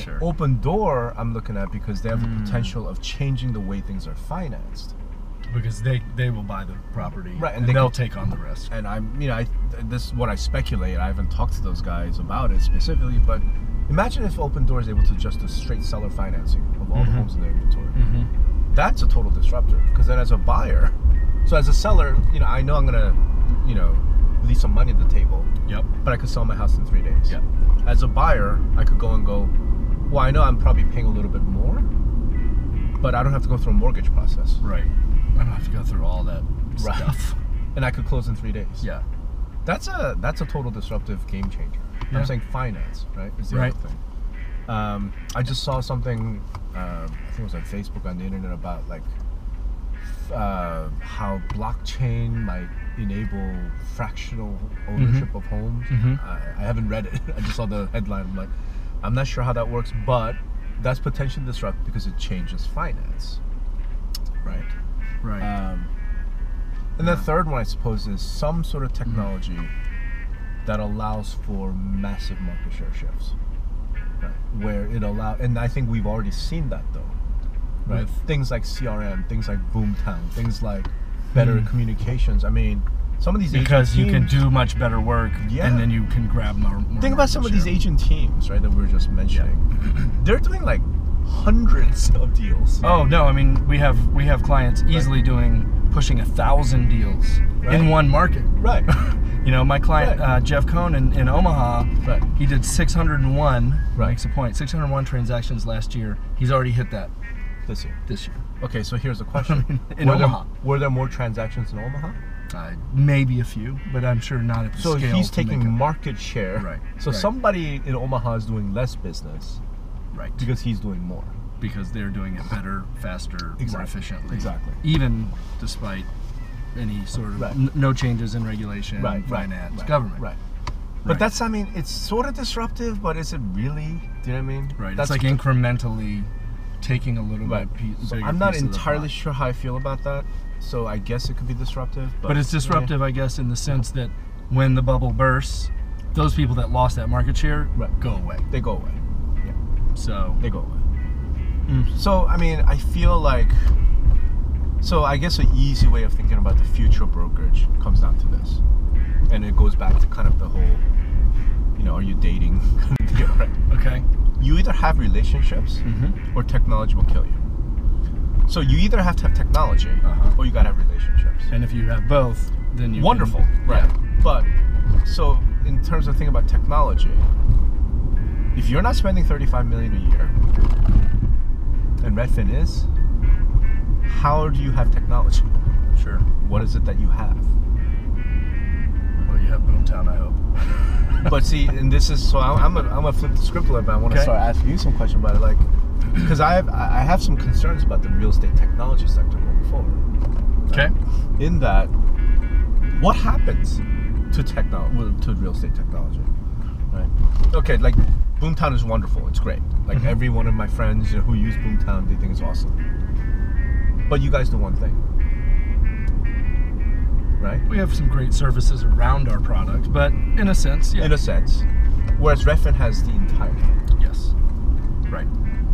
S1: Sure.
S2: Open door, I'm looking at because they have the
S1: Mm.
S2: potential of changing the way things are financed.
S1: Because they they will buy the property.
S2: Right, and
S1: And,
S2: they
S1: they'll
S2: can-
S1: take on the risk.
S2: and I'm, you know, I, this is what I speculate. I haven't talked to those guys about it specifically, but imagine if Open Door is able to just do straight seller financing of all the
S1: Mhm.
S2: homes in their inventory.
S1: Mm-hmm.
S2: That's a total disruptor because then as a buyer, so as a seller, you know, I know I'm gonna, you know, leave some money at the table,
S1: Yep.
S2: but I could sell my house in three days.
S1: Yeah.
S2: As a buyer, I could go and go. Well, I know I'm probably paying a little bit more, but I don't have to go through a mortgage process,
S1: Right. I don't have to go through all that
S2: Right.
S1: stuff.
S2: and I could close in three days.
S1: Yeah.
S2: That's a that's a total disruptive game changer.
S1: Yeah.
S2: I'm saying finance, right? Is the
S1: Right.
S2: other thing. Um, I just saw something. Um, I think it was on Facebook on the internet about like f- uh, how blockchain might enable fractional ownership of homes.
S1: Mhm.
S2: I, I haven't read it. I just saw the headline. I'm like, I'm not sure how that works, but that's potentially disrupt because it changes finance, right?
S1: Right.
S2: Um, and the third one, I suppose, is some sort of technology that allows for massive market share shifts, right? where it allow. And I think we've already seen that though, right?
S1: With-
S2: Things like CRM, things like Boomtown, things like better
S1: Mm.
S2: communications. I mean, some of these agent
S1: because you can
S2: teams-
S1: do much better work
S2: Yeah.
S1: and then you can grab more, more
S2: Think about
S1: market
S2: some of these
S1: share.
S2: agent teams, right? That we were just mentioning. They're doing like hundreds of deals.
S1: oh no i mean we have we have clients easily doing pushing a thousand deals
S2: Right.
S1: in one market
S2: Right.
S1: you know my client
S2: Right.
S1: uh, jeff cohn in, in omaha
S2: Right.
S1: he did 601
S2: Right.
S1: makes a point 601 transactions last year he's already hit that
S2: This year.
S1: this year
S2: Okay, so here's a question.
S1: In
S2: were
S1: Omaha.
S2: There, were there more transactions in Omaha?
S1: uh, maybe a few but i'm sure not at the
S2: So
S1: scale
S2: he's
S1: to make
S2: taking
S1: up-
S2: market share.
S1: Right,
S2: So
S1: right.
S2: somebody in Omaha is doing less business
S1: right
S2: because he's doing more.
S1: because they're doing it better, faster, more
S2: Exactly.
S1: efficiently.
S2: Exactly.
S1: Even despite any sort of
S2: Right.
S1: n- no changes in regulation, finance, government.
S2: Right. But
S1: Right.
S2: that's I mean it's sort of disruptive, but is it really? Do you know what I mean?
S1: Right.
S2: That's
S1: it's like incrementally taking a little
S2: Right.
S1: bit. Pe-
S2: So
S1: bigger
S2: I'm not
S1: piece of the
S2: entirely
S1: pie.
S2: sure how I feel about that. So I guess it could be disruptive. But,
S1: But it's disruptive, I guess, in the sense that when the bubble bursts, those people that lost that market share
S2: Right.
S1: go away.
S2: They go away. Yeah.
S1: So
S2: They go away.
S1: Mm.
S2: So I mean, I feel like. So I guess an easy way of thinking about the future of brokerage comes down to this, and it goes back to kind of the whole, you know, are you dating? kind of deal, right?
S1: okay.
S2: You either have relationships,
S1: Mm-hmm.
S2: or technology will kill you. So you either have to have technology,
S1: Uh-huh.
S2: or you gotta have relationships.
S1: And if you have both, then you can-
S2: Wonderful, right? But so in terms of thinking about technology, if you're not spending 35 million a year, and Redfin is, how do you have technology?
S1: Yeah, sure.
S2: What is it that you have?
S1: Well, you have Boomtown, I hope.
S2: But see, and this is so I'm I'm gonna I'm gonna flip the script a little bit. I want to
S1: Okay.
S2: start asking you some questions about it, like because I have I I have some concerns about the real estate technology sector going forward.
S1: Okay.
S2: in that what happens to technology to real estate technology right okay like boomtown is wonderful it's great like
S1: Mhm.
S2: every one of my friends you know, who use boomtown they think it's awesome but you guys do one thing right
S1: We have some great services around our product, but in a sense, yeah.
S2: in a sense whereas Redfin has the entire thing
S1: yes. Right.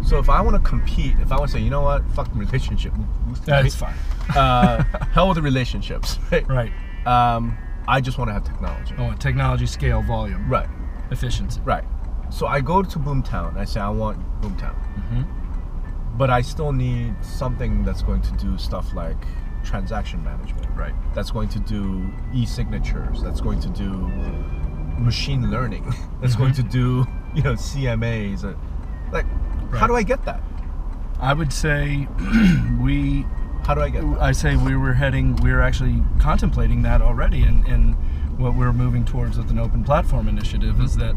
S2: so if I want to compete if I want to say you know what fuck relationship
S1: That's fine.
S2: uh, hell with the relationships right,
S1: Right. Oh.
S2: um I just want to have technology
S1: I want technology, scale, volume,
S2: right
S1: efficiency.
S2: Right. So I go to Boomtown and I say I want Boomtown,
S1: Mm-hmm.
S2: but I still need something that's going to do stuff like transaction management.
S1: Right.
S2: That's going to do e-signatures. That's going to do machine learning. That's going
S1: Mm-hmm.
S2: to do you know CMAs. uh, Like, how
S1: Right.
S2: do I get that?
S1: I would say we
S2: How do I get that?
S1: I say we were heading, we were actually contemplating that already, and, and what we're moving towards with an open platform initiative is that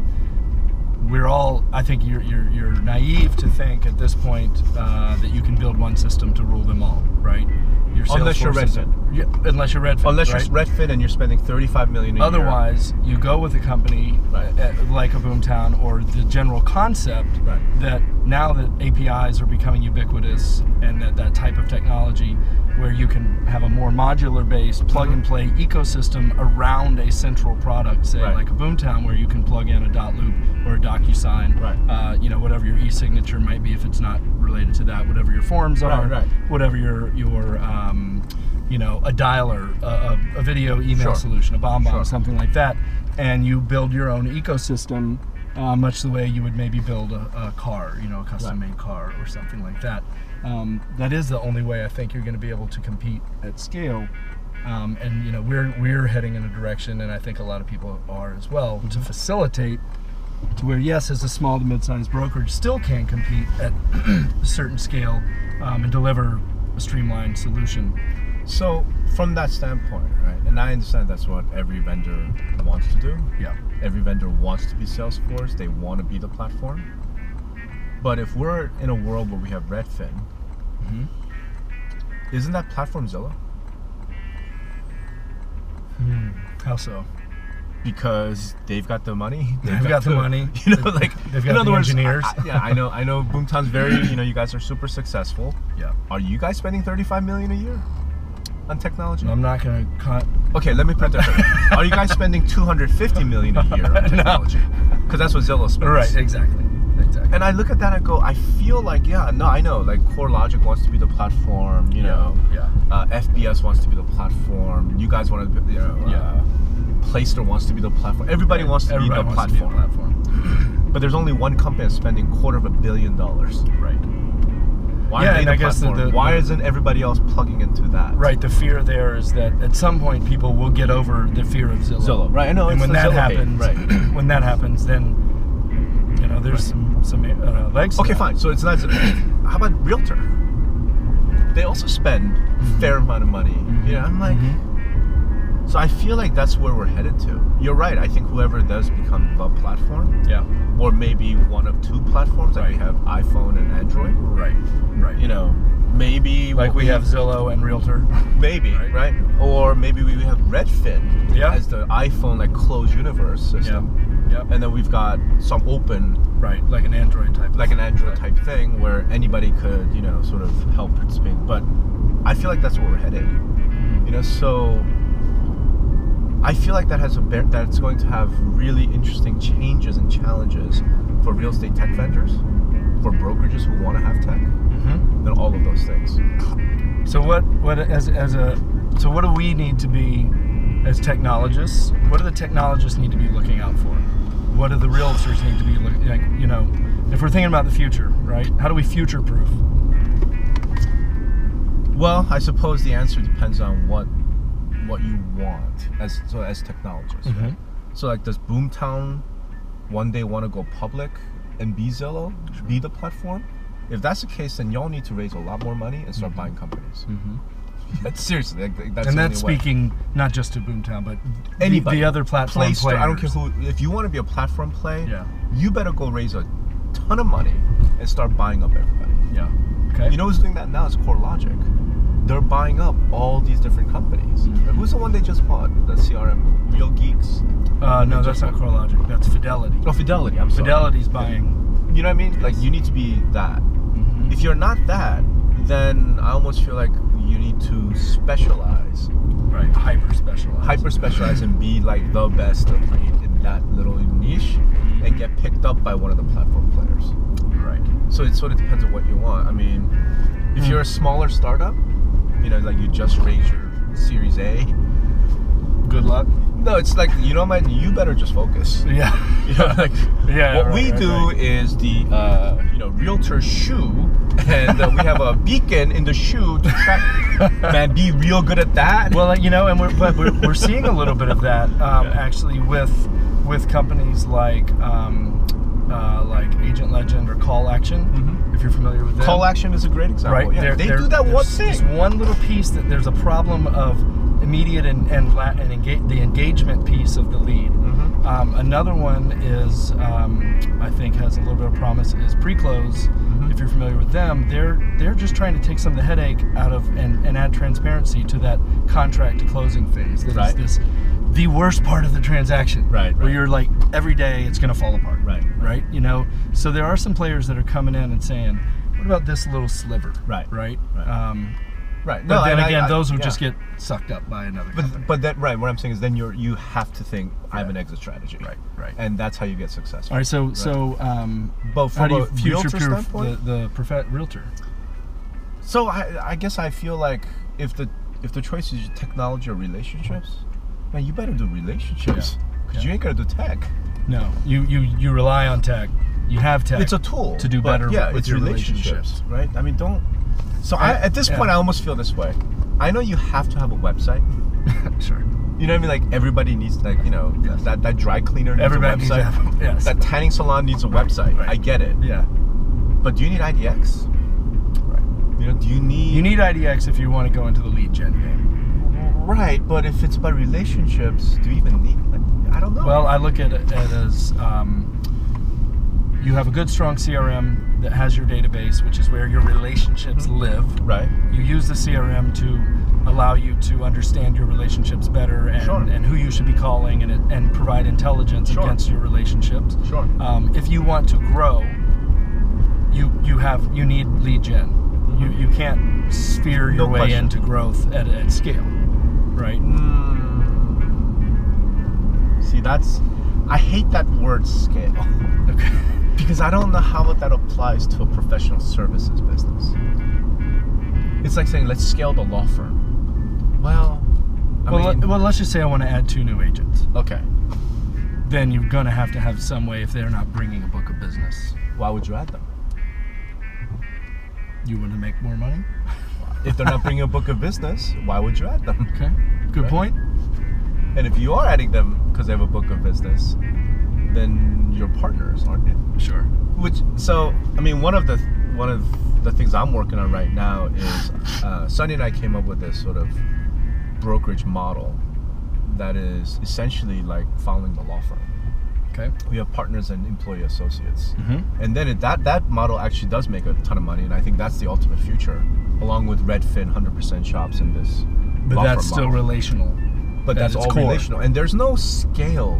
S1: we're all. I think you're you're, you're naive to think at this point uh, that you can build one system to rule them all, right? Your
S2: Unless you're
S1: Salesforce is-
S2: Redfin.
S1: Yeah, unless you're Redfin.
S2: Unless
S1: right?
S2: you're Redfin and you're spending 35 million a year.
S1: Otherwise, you go with a company
S2: Right.
S1: uh, like a boomtown or the general concept
S2: Right.
S1: that now that APIs are becoming ubiquitous and that, that type of technology where you can have a more modular based plug
S2: Mm-hmm.
S1: and play ecosystem around a central product, say
S2: Right.
S1: like a boomtown where you can plug in a dot loop or a DocuSign,
S2: Right.
S1: uh, you know, whatever your e-signature might be if it's not related to that, whatever your forms
S2: Right,
S1: are,
S2: right.
S1: whatever your, your um, you know, a dialer, a, a, a video email
S2: Sure.
S1: solution, a bomb bomb,
S2: Sure.
S1: something like that, and you build your own ecosystem, uh, much the way you would maybe build a, a car, you know, a custom made car or something like that. Um, that is the only way I think you're going to be able to compete at scale. Um, and you know we're we're heading in a direction, and I think a lot of people are as well, to facilitate to where yes, as a small to mid-sized brokerage, still can compete at a certain scale um, and deliver a streamlined solution.
S2: So from that standpoint, right? And I understand that's what every vendor wants to do.
S1: Yeah.
S2: Every vendor wants to be Salesforce. They want to be the platform. But if we're in a world where we have Redfin,
S1: Mhm. Mm-hmm.
S2: isn't that platform Zillow?
S1: How so?
S2: Because they've got the money.
S1: They've got the money.
S2: You know, like
S1: They've got
S2: in other
S1: the
S2: words,
S1: engineers.
S2: I- I- yeah, I know. I know. Boomtown's very. You know, you guys are super successful.
S1: Yeah.
S2: Are you guys spending 35 million a year on technology?
S1: I'm not gonna cut.
S2: Okay, let me put that. differently. Are you guys spending 250 million a year on technology? Because that's what Zillow spends.
S1: exactly, exactly.
S2: And I look at that and go, I feel like, yeah, no, I know. Like CoreLogic wants to be the platform, you know.
S1: yeah,
S2: Uh, FBS wants to be the platform. You guys want to, be, you know.
S1: Yeah.
S2: Uh, Playstore wants to be the platform. Everybody wants to
S1: Everybody
S2: be the
S1: wants to be the
S2: platform. But there's only one company that's spending quarter of a billion dollars.
S1: right?
S2: Why
S1: Yeah,
S2: are they
S1: and
S2: the
S1: I guess the-
S2: platform?
S1: the-
S2: Why
S1: the-
S2: isn't everybody else plugging into that?
S1: Right. The fear there is that at some point people will get over the fear of Zillow.
S2: Zillow, right, I know,
S1: And
S2: it's
S1: when
S2: the
S1: that
S2: Zillow hate,
S1: happens,
S2: right.
S1: when that happens, then you know there's some some uh, legs. to
S2: Okay,
S1: that.
S2: fine. So it's not. How about realtor? They also spend
S1: Mm-hmm.
S2: a fair amount of money. You know, I'm like. So I feel like that's where we're headed to. You're right. I think whoever does become the platform,
S1: Yeah.
S2: or maybe one of two platforms, like we have iPhone and Android.
S1: Right. Right.
S2: You know, maybe
S1: like we have Zillow and Realtor.
S2: maybe
S1: Right.
S2: right. or maybe we have Redfin
S1: Yeah.
S2: as the iPhone like closed universe system,
S1: Yeah.
S2: and then we've got some open
S1: Right. Like an Android type.
S2: like an Android type thing where anybody could, you know, sort of help participate. But I feel like that's where we're headed. You know, so I feel like that has a bear, that's going to have really interesting changes and challenges for real estate tech vendors, for brokerages who want to have tech,
S1: Mm-hmm.
S2: and all of those things.
S1: So what what as as a so what do we need to be as technologists? What do the technologists need to be looking out for? What do the realtors need to be looking like? You know, if we're thinking about the future, right? How do we future proof?
S2: Well, I suppose the answer depends on what what you want as so as technologists. right?
S1: Mhm.
S2: So like, does Boomtown one day want to go public and be Zillow, be the platform? If that's the case, then y'all need to raise a lot more money and start buying companies. That's seriously, like, like, Mm-hmm. that's
S1: Mm-hmm. and
S2: the
S1: that's
S2: only way.
S1: speaking not just to Boomtown, but the-
S2: Anybody.
S1: the other platform
S2: Play store, I don't care
S1: players.
S2: who. If you want to be a platform play,
S1: Yeah.
S2: you better go raise a ton of money and start buying up everybody.
S1: Yeah. Okay.
S2: You know who's doing that now is CoreLogic. They're buying up all these different companies.
S1: Mm-hmm.
S2: Who's the one they just bought? The CRM, Real Geeks.
S1: uh, no, that's not CoreLogic. That's Oh, Fidelity.
S2: No, Fidelity. I'm sorry.
S1: Fidelity's buying.
S2: You know what I mean? Like you need to be that.
S1: Mhm.
S2: If you're not that, then I almost feel like you need to specialize,
S1: Right. Hyper specialized.
S2: hyper specialize, and be like the best of breed in that little niche, and get picked up by one of the platform players.
S1: Right.
S2: So it sort of depends on what you want. I mean, if you're a smaller startup, you know, like you just raised your Series A.
S1: Good luck.
S2: No, it's like you know, man, you better just focus.
S1: Yeah.
S2: You know, like
S1: Yeah,
S2: What
S1: right,
S2: we
S1: right,
S2: do
S1: right.
S2: is the uh, you know realtor shoe, and uh, we have a beacon in the shoe to track. man, be real good at that.
S1: Well, you know, and we're but we're, we're seeing a little bit of that um, actually with with companies like um, uh, like Agent Legend or Call Action,
S2: Mhm.
S1: if you're familiar with that.
S2: Call action is a great example.
S1: Right.
S2: Yeah,
S1: there-
S2: they
S1: there-
S2: do that one
S1: there's
S2: thing.
S1: just one little piece that there's a problem of immediate and and, la- and engage, the engagement piece of the lead.
S2: Mhm.
S1: Um, another one is um, I think has a little bit of promise is pre-close.
S2: Mhm.
S1: If you're familiar with them, they're they're just trying to take some of the headache out of and, and add transparency to that contract to closing phase. That is
S2: Right.
S1: this the worst part of the transaction.
S2: Right,
S1: Where
S2: right.
S1: you're like every day it's gonna fall apart
S2: Right.
S1: right? You know, so there are some players that are coming in and saying, "What about this little sliver?"
S2: Right.
S1: right.
S2: Right.
S1: Um,
S2: Right.
S1: but then
S2: and I-
S1: again,
S2: I-
S1: those will
S2: yeah.
S1: just get sucked up by another. company.
S2: But but that right. What I'm saying is then you're you have to think I have
S1: Right.
S2: an exit strategy.
S1: Right, right.
S2: And that's how you get successful.
S1: all right, so so um,
S2: Both
S1: how
S2: from
S1: do you
S2: a
S1: future
S2: realtor
S1: proof the
S2: standpoint?
S1: the prof- realtor?
S2: So I, I guess I feel like if the if the choice is technology or relationships, man, you better do relationships because
S1: Yeah.
S2: you ain't gonna do tech.
S1: No, you you you rely on tech. You have tech.
S2: It's a tool
S1: to do
S2: but
S1: better
S2: yeah,
S1: with
S2: it's
S1: your
S2: relationships,
S1: relationships.
S2: right? I mean, don't. So I,
S1: And-
S2: at this point,
S1: yeah.
S2: I almost feel this way. I know you have to have a website.
S1: sure.
S2: You know what I mean? Like everybody needs, like you know,
S1: Yes.
S2: that, that dry cleaner needs
S1: Everybody
S2: a
S1: needs to
S2: website.
S1: have- yes.
S2: That tanning salon needs a website.
S1: right.
S2: I get it.
S1: Yeah.
S2: But do you need IDX? Right. You know, do you need?
S1: You need IDX if you want to go into the lead gen game.
S2: Right, but if it's about relationships, do you even need? Like, I don't know.
S1: Well, I look at it as um, you have a good strong CRM that has your database, which is where your relationships live.
S2: right.
S1: you use the CRM to allow you to understand your relationships better and,
S2: Sure.
S1: and who you should be calling and, and provide intelligence
S2: Sure.
S1: against your relationships.
S2: Sure.
S1: Um, if you want to grow, you you have you need lead general You you can't spear your
S2: Mm-hmm. No
S1: way
S2: question.
S1: into growth at, at scale, right?
S2: hmm. See, that's. I hate that word scale
S1: Okay.
S2: because I don't know how that applies to a professional services business. It's like saying let's scale the law firm. Well, I
S1: well,
S2: mean,
S1: let, well, let's just say I want to add two new agents.
S2: okay.
S1: Then you're gonna have to have some way if they're not bringing a book of business.
S2: Why would you add them?
S1: You want to make more money?
S2: If they're not bringing a book of business, why would you add them?
S1: Okay. Good
S2: Right.
S1: point.
S2: And if you are adding them because they have a book of business, then your partners aren't it?
S1: Sure.
S2: Which so I mean one of the one of the things I'm working on right now is uh, Sonny and I came up with this sort of brokerage model that is essentially like following the law firm.
S1: Okay.
S2: We have partners and employee associates,
S1: Mm-hmm.
S2: and then it, that that model actually does make a ton of money, and I think that's the ultimate future, along with Redfin 100% shops in this.
S1: But
S2: law
S1: that's
S2: firm
S1: still
S2: model
S1: relational.
S2: but
S1: at
S2: that's
S1: its
S2: all
S1: core.
S2: relational and there's no scale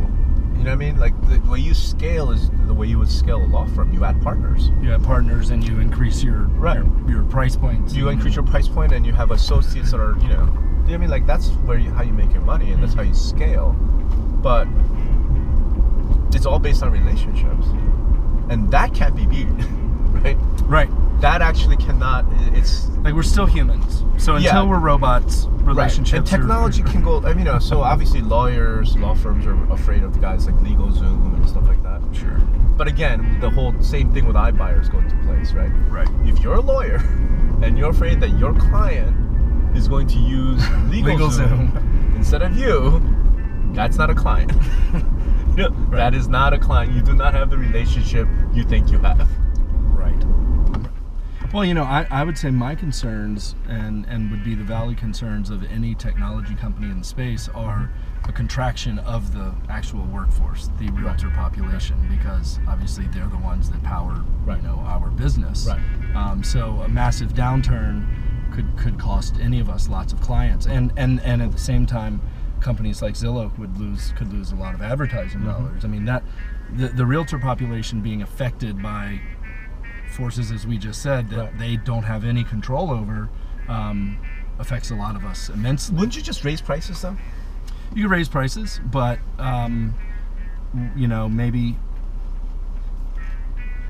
S2: you know what i mean like the way you scale is the way you would scale a law firm you add partners
S1: You have partners and you increase your
S2: Right.
S1: your, your price points.
S2: you increase your price point and you have associates that are you know you know what i mean like that's where you, how you make your money and that's how you scale but it's all based on relationships and that can't be beat right
S1: right.
S2: that actually cannot i- it's
S1: Like we're still humans, so until
S2: Yeah.
S1: we're robots, relationships
S2: and
S1: are-
S2: technology
S1: are-
S2: can go i mean uh, so obviously lawyers law firms are afraid of guys like LegalZoom and stuff like that
S1: sure.
S2: But again, the whole same thing with iBuyers going to place, right?
S1: Right.
S2: If you're a lawyer and you're afraid that your client is going to use LegalZoom instead of you, that's not a client. No, That is not a client. You do not have the relationship you think you have.
S1: Right. Well, you know, I, I would say my concerns and, and would be the valid concerns of any technology company in the space are a contraction of the actual workforce, the realtor population, because obviously they're the ones that power
S2: Right.
S1: you know our business.
S2: Right.
S1: Um, so a massive downturn could could cost any of us lots of clients, and and and at the same time, companies like Zillow would lose could lose a lot of advertising
S2: Mm-hmm.
S1: dollars. I mean that the, the realtor population being affected by forces, as we just said, that
S2: Right.
S1: they don't have any control over, um, affects a lot of us immensely.
S2: Wouldn't you just raise prices though?
S1: You can raise prices, but um, w- you know maybe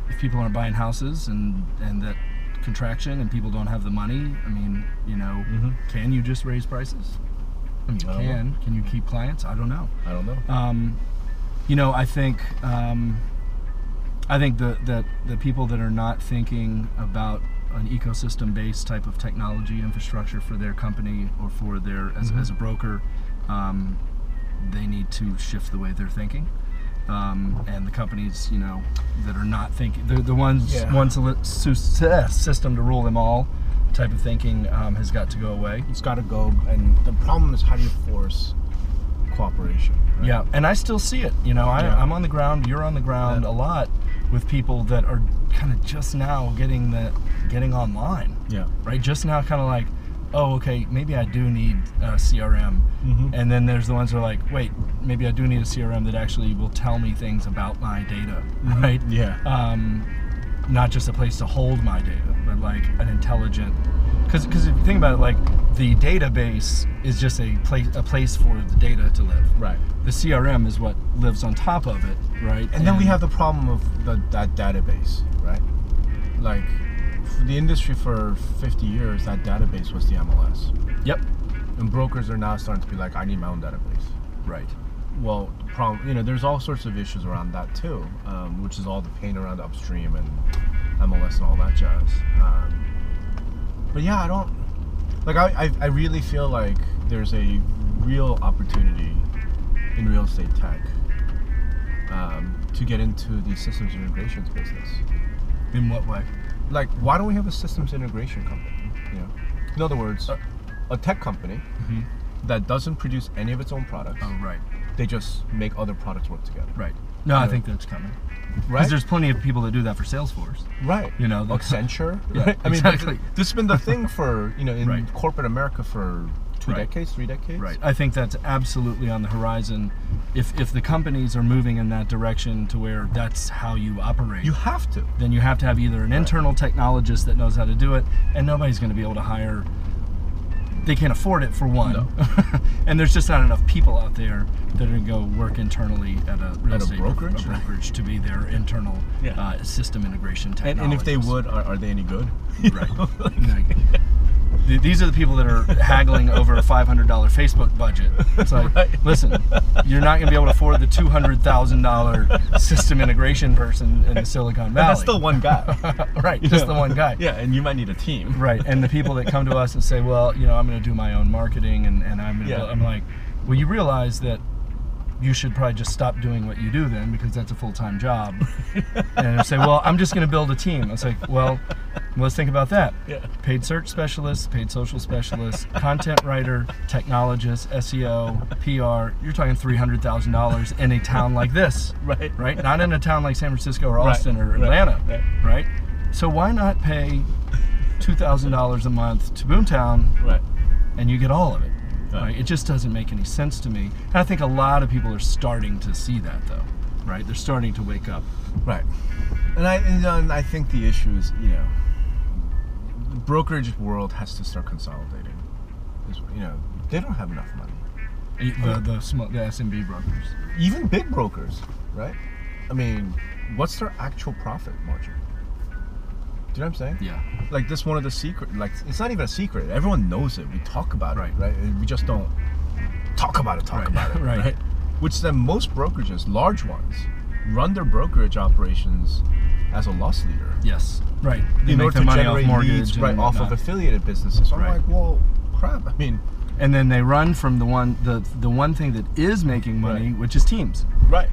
S1: if people aren't buying houses and and that contraction and people don't have the money, I mean, you know,
S2: Mhm.
S1: can you just raise prices? I mean, you
S2: I don't know.
S1: can. Can you keep clients? I don't know
S2: I don't know.
S1: um, you know, I think um, I think the, that the people that are not thinking about an ecosystem-based type of technology infrastructure for their company or for their as, as a broker, um, they need to shift the way they're thinking. um, and the companies you know that are not thinking the the ones
S2: Yeah.
S1: one soli- su- uh, system to rule them all type of thinking um, has got to go away.
S2: It's got to go, and the problem is how do you force cooperation? right?
S1: Yeah, and I still see it. You know, I,
S2: Yeah.
S1: I'm on the ground. You're on the ground
S2: Yeah.
S1: a lot with people that are kind of just now getting the getting online,
S2: yeah,
S1: right? Just now, kind of like, oh, okay, maybe I do need a CRM.
S2: Mhm.
S1: And then there's the ones who are like, wait, maybe I do need a CRM that actually will tell me things about my data, right?
S2: Mm-hmm. yeah.
S1: um, not just a place to hold my data, but like an intelligent. Because because if you think about it, like the database is just a place a place for the data to live.
S2: Right.
S1: The CRM is what lives on top of it, right?
S2: And then we have the problem of the, that database, right? Like, for the industry for 50 years, that database was the MLS.
S1: yep,
S2: And brokers are now starting to be like, I need my own database.
S1: right,
S2: Well, the problem, you know, there's all sorts of issues around that too, um, which is all the pain around upstream and MLS and all that jazz. Um, but yeah, I don't, like, I, I, I really feel like there's a real opportunity in real estate tech um, to get into the systems integrations business
S1: in what way?
S2: like why don't we have a systems integration company you know in other words a, a tech company
S1: Mhm.
S2: that doesn't produce any of its own products
S1: Oh, right,
S2: they just make other products work together
S1: right. No, I
S2: Yeah.
S1: think that's coming. Because
S2: right
S1: there's plenty of people that do that for Salesforce.
S2: right
S1: you know, the-
S2: accenture
S1: Yeah,
S2: right? i mean th-
S1: exactly.
S2: this has been the thing for you know in
S1: Right.
S2: corporate america for two
S1: Right.
S2: decades three decades
S1: Right. I think that's absolutely on the horizon. If if the companies are moving in that direction to where that's how you operate,
S2: you have to
S1: then you have to have either an internal technologist that knows how to do it, and nobody's going to be able to hire. They can't afford it for one,
S2: No.
S1: and there's just not enough people out there that are going to go work internally at a real
S2: At a
S1: estate
S2: brokerage?
S1: a brokerage to be their internal
S2: Yeah.
S1: uh, system integration
S2: and, and if they
S1: technologist.
S2: would are, are they any good
S1: Right. Like, th- these are the people that are haggling over a $500 Facebook budget. It's like,
S2: Right.
S1: listen, you're not going to be able to afford the $200,000 system integration person in the Silicon Valley.
S2: that's still one guy
S1: right, just
S2: Yeah.
S1: the one guy.
S2: yeah and you might need a team
S1: Right, and the people that come to us and say, well, you know, I'm going to do my own marketing, and, and I'm gonna
S2: Yeah.
S1: build- I'm like, well, you realize that you should probably just stop doing what you do then because that's a full time job. and I say, well, I'm just going to build a team. I was like, well, let's think about that.
S2: Yeah.
S1: Paid search specialist, paid social specialist, content writer, technologist, E SEO, PR. You're talking three hundred thousand dollars in a town like this
S2: right
S1: right? Not in a town like San Francisco or
S2: Right,
S1: Austin or
S2: right,
S1: Atlanta,
S2: right.
S1: right, So why not pay two thousand dollars a month to Boomtown
S2: right
S1: and you get all of it?
S2: Right.
S1: Right. It just doesn't make any sense to me, and I think a lot of people are starting to see that though, right? They're starting to wake up.
S2: Right. And I and, uh, and I think the issue is you know the brokerage world has to start consolidating. Is- You know they don't have enough money.
S1: The the, sm- the SMB brokers.
S2: Even big brokers, right? I mean, what's their actual profit margin? Do you know what I'm saying?
S1: Yeah.
S2: Like this one of the secret. Like it's not even a secret. Everyone knows it. We talk about
S1: Right.
S2: it, right? And We just don't talk about it. Talk
S1: Right,
S2: about it,
S1: right.
S2: Which then most brokerages, large ones, run their brokerage operations as a loss leader.
S1: Yes. Right. They
S2: in
S1: make
S2: order
S1: their
S2: to
S1: money off
S2: generate
S1: mortgage
S2: leads
S1: and
S2: right off of
S1: whatnot.
S2: affiliated businesses. So
S1: Right.
S2: I'm like, well, crap. I mean,
S1: and then they run from the one the the one thing that is making money,
S2: Right.
S1: which is teams.
S2: right?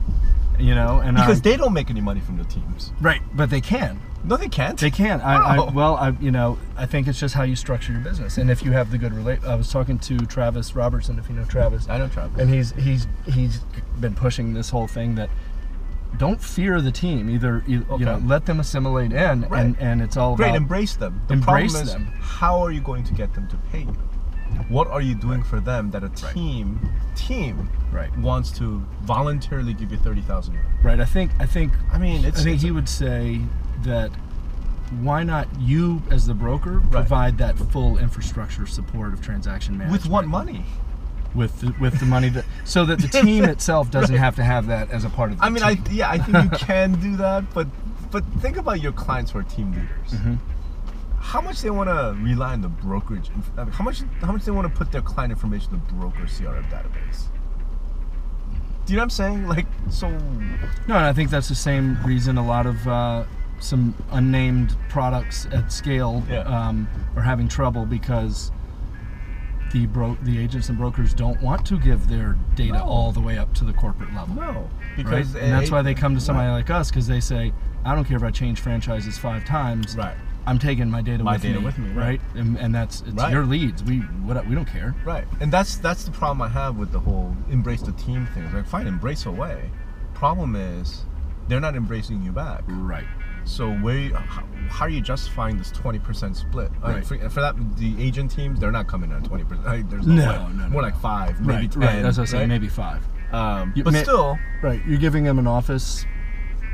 S1: You know, and
S2: Because
S1: I,
S2: they don't make any money from the teams.
S1: right, but they can.
S2: No, they can't.
S1: They can. I,
S2: No.
S1: I well, I you know, I think it's just how you structure your business, and if you have the good relate. I was talking to Travis Robertson, if you know Travis,
S2: I don't travel.
S1: and he's he's he's been pushing this whole thing that don't fear the team either. You, you know,
S2: Okay.
S1: let them assimilate in,
S2: Right.
S1: and and it's all
S2: Great,
S1: about
S2: embrace them. The
S1: Embrace
S2: problem is,
S1: them.
S2: how are you going to get them to pay you? What are you doing for them that a team team
S1: right,
S2: wants to voluntarily give you thirty thousand?
S1: right. I think I think
S2: I mean, it's,
S1: I think
S2: it's
S1: he would say that why not you as the broker provide that full infrastructure support of transaction management
S2: with what money?
S1: with the, with the money that so that the team itself doesn't have to have that as a part of the
S2: I mean,
S1: team.
S2: I yeah, I think you can do that, but but think about your clients who are team leaders. How much they want to rely on the brokerage? inf- I mean, How much how much they want to put their client information in the broker CRM database? Do you know what I'm saying? Like so,
S1: No, and I think that's the same reason a lot of uh, some unnamed products at scale
S2: Yeah.
S1: um, are having trouble because the bro- the agents and brokers don't want to give their data
S2: No.
S1: all the way up to the corporate level.
S2: No,
S1: Right?
S2: because
S1: And that's
S2: a-
S1: why they come to somebody
S2: Right.
S1: like us because they say, I don't care if I change franchises five times.
S2: Right.
S1: I'm taking my data
S2: My
S1: with
S2: data
S1: me.
S2: with me,
S1: Right.
S2: right.
S1: And, and that's it's
S2: Right.
S1: your leads. We what we don't care.
S2: Right, and that's that's the problem I have with the whole embrace the team thing. Like, fine, embrace away. Problem is, they're not embracing you back.
S1: Right.
S2: So where, how, how are you justifying this twenty percent split? Like,
S1: Right.
S2: for, for that, the agent teams they're not coming at twenty percent. Like, there's no,
S1: No,
S2: way.
S1: no, no,
S2: more
S1: no.
S2: like five, maybe
S1: Right.
S2: ten.
S1: right. That's what I say.
S2: right?
S1: Maybe five.
S2: Um,
S1: You
S2: but
S1: may-
S2: still,
S1: Right. You're giving them an office.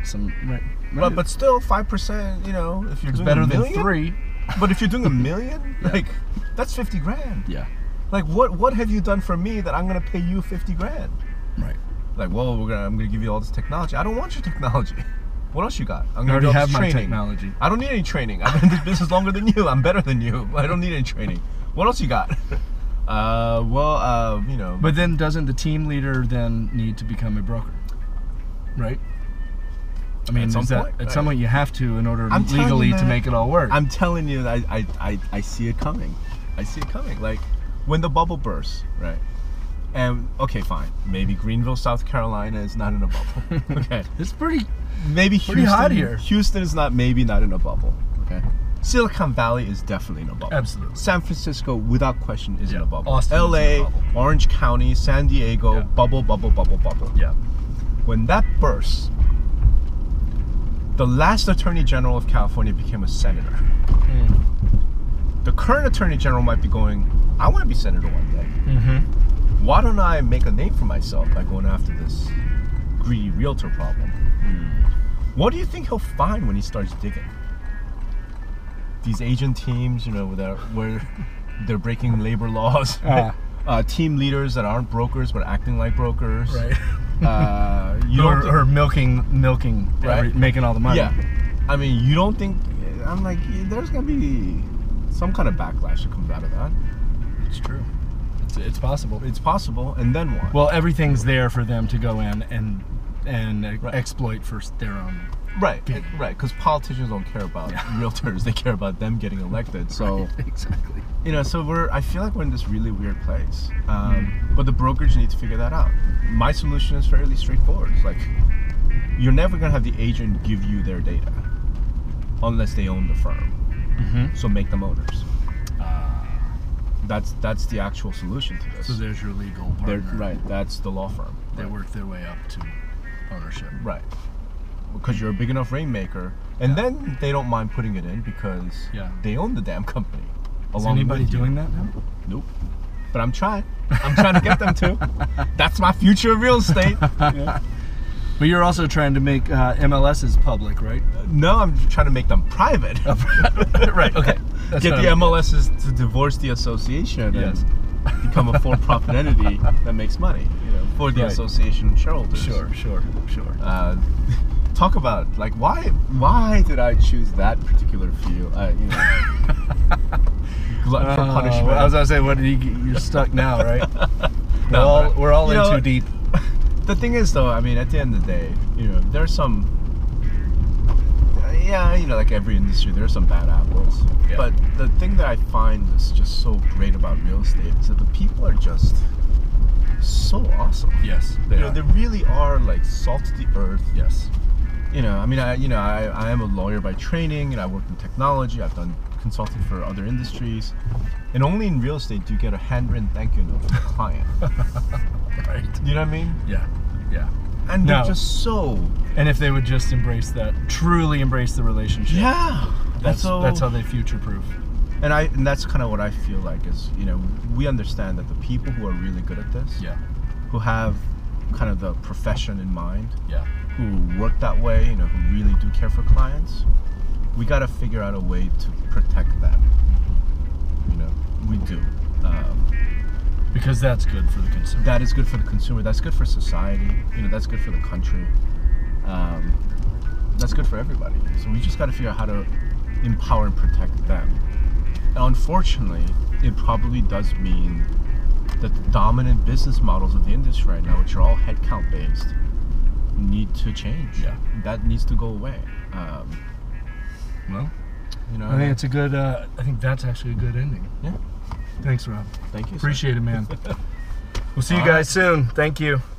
S1: Some. Right.
S2: but, but still, five percent. You know, if you're
S1: it's
S2: doing
S1: better
S2: a
S1: than
S2: million,
S1: three.
S2: But if you're doing a million,
S1: Yeah.
S2: like that's fifty grand.
S1: Yeah.
S2: Like what what have you done for me that I'm gonna pay you fifty grand?
S1: Right.
S2: like, well, we're gonna, I'm gonna give you all this technology. I don't want your technology. What else you got? I'm
S1: I
S2: gonna
S1: already
S2: do all
S1: have
S2: this
S1: my
S2: training.
S1: technology.
S2: I don't need any training. I've been in this business longer than you. I'm better than you. I don't need any training. What else you got? Uh, well, uh, you know,
S1: But then doesn't the team leader then need to become a broker? Right? I mean,
S2: At some
S1: is that,
S2: point,
S1: at
S2: right.
S1: some point you have to in order
S2: I'm telling you,
S1: legally to
S2: man.
S1: make it all work.
S2: I'm telling you, I, I, I, I see it coming. I see it coming. Like when the bubble bursts, right? And okay, fine. Maybe Greenville, South Carolina is not in a bubble. okay.
S1: it's pretty.
S2: Maybe
S1: Pretty
S2: Houston,
S1: hot here.
S2: Houston is not maybe not in a bubble. Okay. Silicon Valley is definitely in a bubble.
S1: Absolutely.
S2: San Francisco, without question, is in
S1: Yeah.
S2: a bubble.
S1: Austin is in
S2: LA,
S1: a bubble.
S2: Orange County, San Diego,
S1: Yeah.
S2: bubble, bubble, bubble, bubble.
S1: Yeah.
S2: When that bursts, the last Attorney General of California became a senator.
S1: Mm
S2: The current Attorney General might be going, I want to be senator one day.
S1: hmm.
S2: Why don't I make a name for myself by going after this greedy realtor problem?
S1: Hmm.
S2: What do you think he'll find when he starts digging? These agent teams, you know, that are- where they're breaking labor laws.
S1: Ah.
S2: Uh, team leaders that aren't brokers but acting like brokers.
S1: Right.
S2: Uh,
S1: You
S2: you don't
S1: are,
S2: thi-
S1: are milking, milking,
S2: Right.
S1: every- making all the money.
S2: yeah. I mean, you don't think. I'm like, there's gonna be some kind of backlash that comes out of that.
S1: It's true. It's, it's possible.
S2: It's possible, and then what?
S1: Well, everything's there for them to go in and and uh
S2: Right.
S1: exploit for s- their own.
S2: right, it- right, because politicians don't care about realtors; they care about them getting elected. So.
S1: Exactly.
S2: you know so we're i feel like we're in this really weird place um, but the brokers need to figure that out my solution is fairly straightforward it's like you're never going to have the agent give you their data unless they own the firm
S1: Mm-hmm.
S2: so make them owners that's that's the actual solution to this
S1: so there's your legal
S2: Ah. They're-
S1: partner.
S2: right that's the law firm
S1: They work their way up to ownership.
S2: right because you're a big enough rainmaker and then they don't mind putting it in because
S1: Yeah.
S2: they own the damn company
S1: Is
S2: with
S1: anybody
S2: you.
S1: doing that now?
S2: Nope. But I'm trying. I'm trying to get them to. That's my future of real estate.
S1: But you're also trying to make uh, MLSs public, right?
S2: No, I'm trying to make them private.
S1: right. Okay. That's
S2: get
S1: what
S2: the
S1: I'm-
S2: MLSs to divorce the association
S1: Yes.
S2: and become a for-profit entity that makes money you know, for the
S1: Right.
S2: association shareholders.
S1: Sure. Sure. Sure.
S2: Uh, talk about like why why did I choose that particular field? Uh, you know, glutton for
S1: Oh,
S2: punishment.
S1: I was gonna say, what? You, you're stuck now, right? We're
S2: No,
S1: all
S2: but-
S1: we're all
S2: you
S1: in
S2: know,
S1: too deep.
S2: the thing is though i mean at the end of the day you know there's some yeah you know like every industry there's some bad apples
S1: Yeah.
S2: but the thing that i find is just so great about real estate is that the people are just so awesome
S1: Yes. They
S2: you know
S1: are.
S2: they really are like salt to the earth
S1: Yes.
S2: you know i mean i you know I, I am a lawyer by training and i worked in technology i've done consulting for other industries and only in real estate do you get a handwritten thank you note from the client
S1: Right.
S2: you know what i mean
S1: Yeah. Yeah.
S2: and
S1: No.
S2: they're just so
S1: And if they would just embrace that, truly embrace the relationship.
S2: Yeah,
S1: That's
S2: so,
S1: that's how they future proof.
S2: and I and that's kind of what I feel like is you know we understand that the people who are really good at this,
S1: Yeah.
S2: who have kind of the profession in mind,
S1: Yeah.
S2: who work that way, you know, who really do care for clients, we got to figure out a way to protect them. You know, we do. Um,
S1: Because that's good for the consumer.
S2: that is good for the consumer. That's good for society. You know, that's good for the country. Um, that's good for everybody. So we just got to figure out how to empower and protect them. And unfortunately, it probably does mean that the dominant business models of the industry right now, which are all headcount based, need to change.
S1: Yeah.
S2: That needs to go away. Um,
S1: well,
S2: you know,
S1: I think it's a good. Uh, I think that's actually a good ending.
S2: yeah.
S1: Thanks, Rob.
S2: Thank you. sir.
S1: Appreciate it, man. We'll see you
S2: All right.
S1: guys soon. Thank you.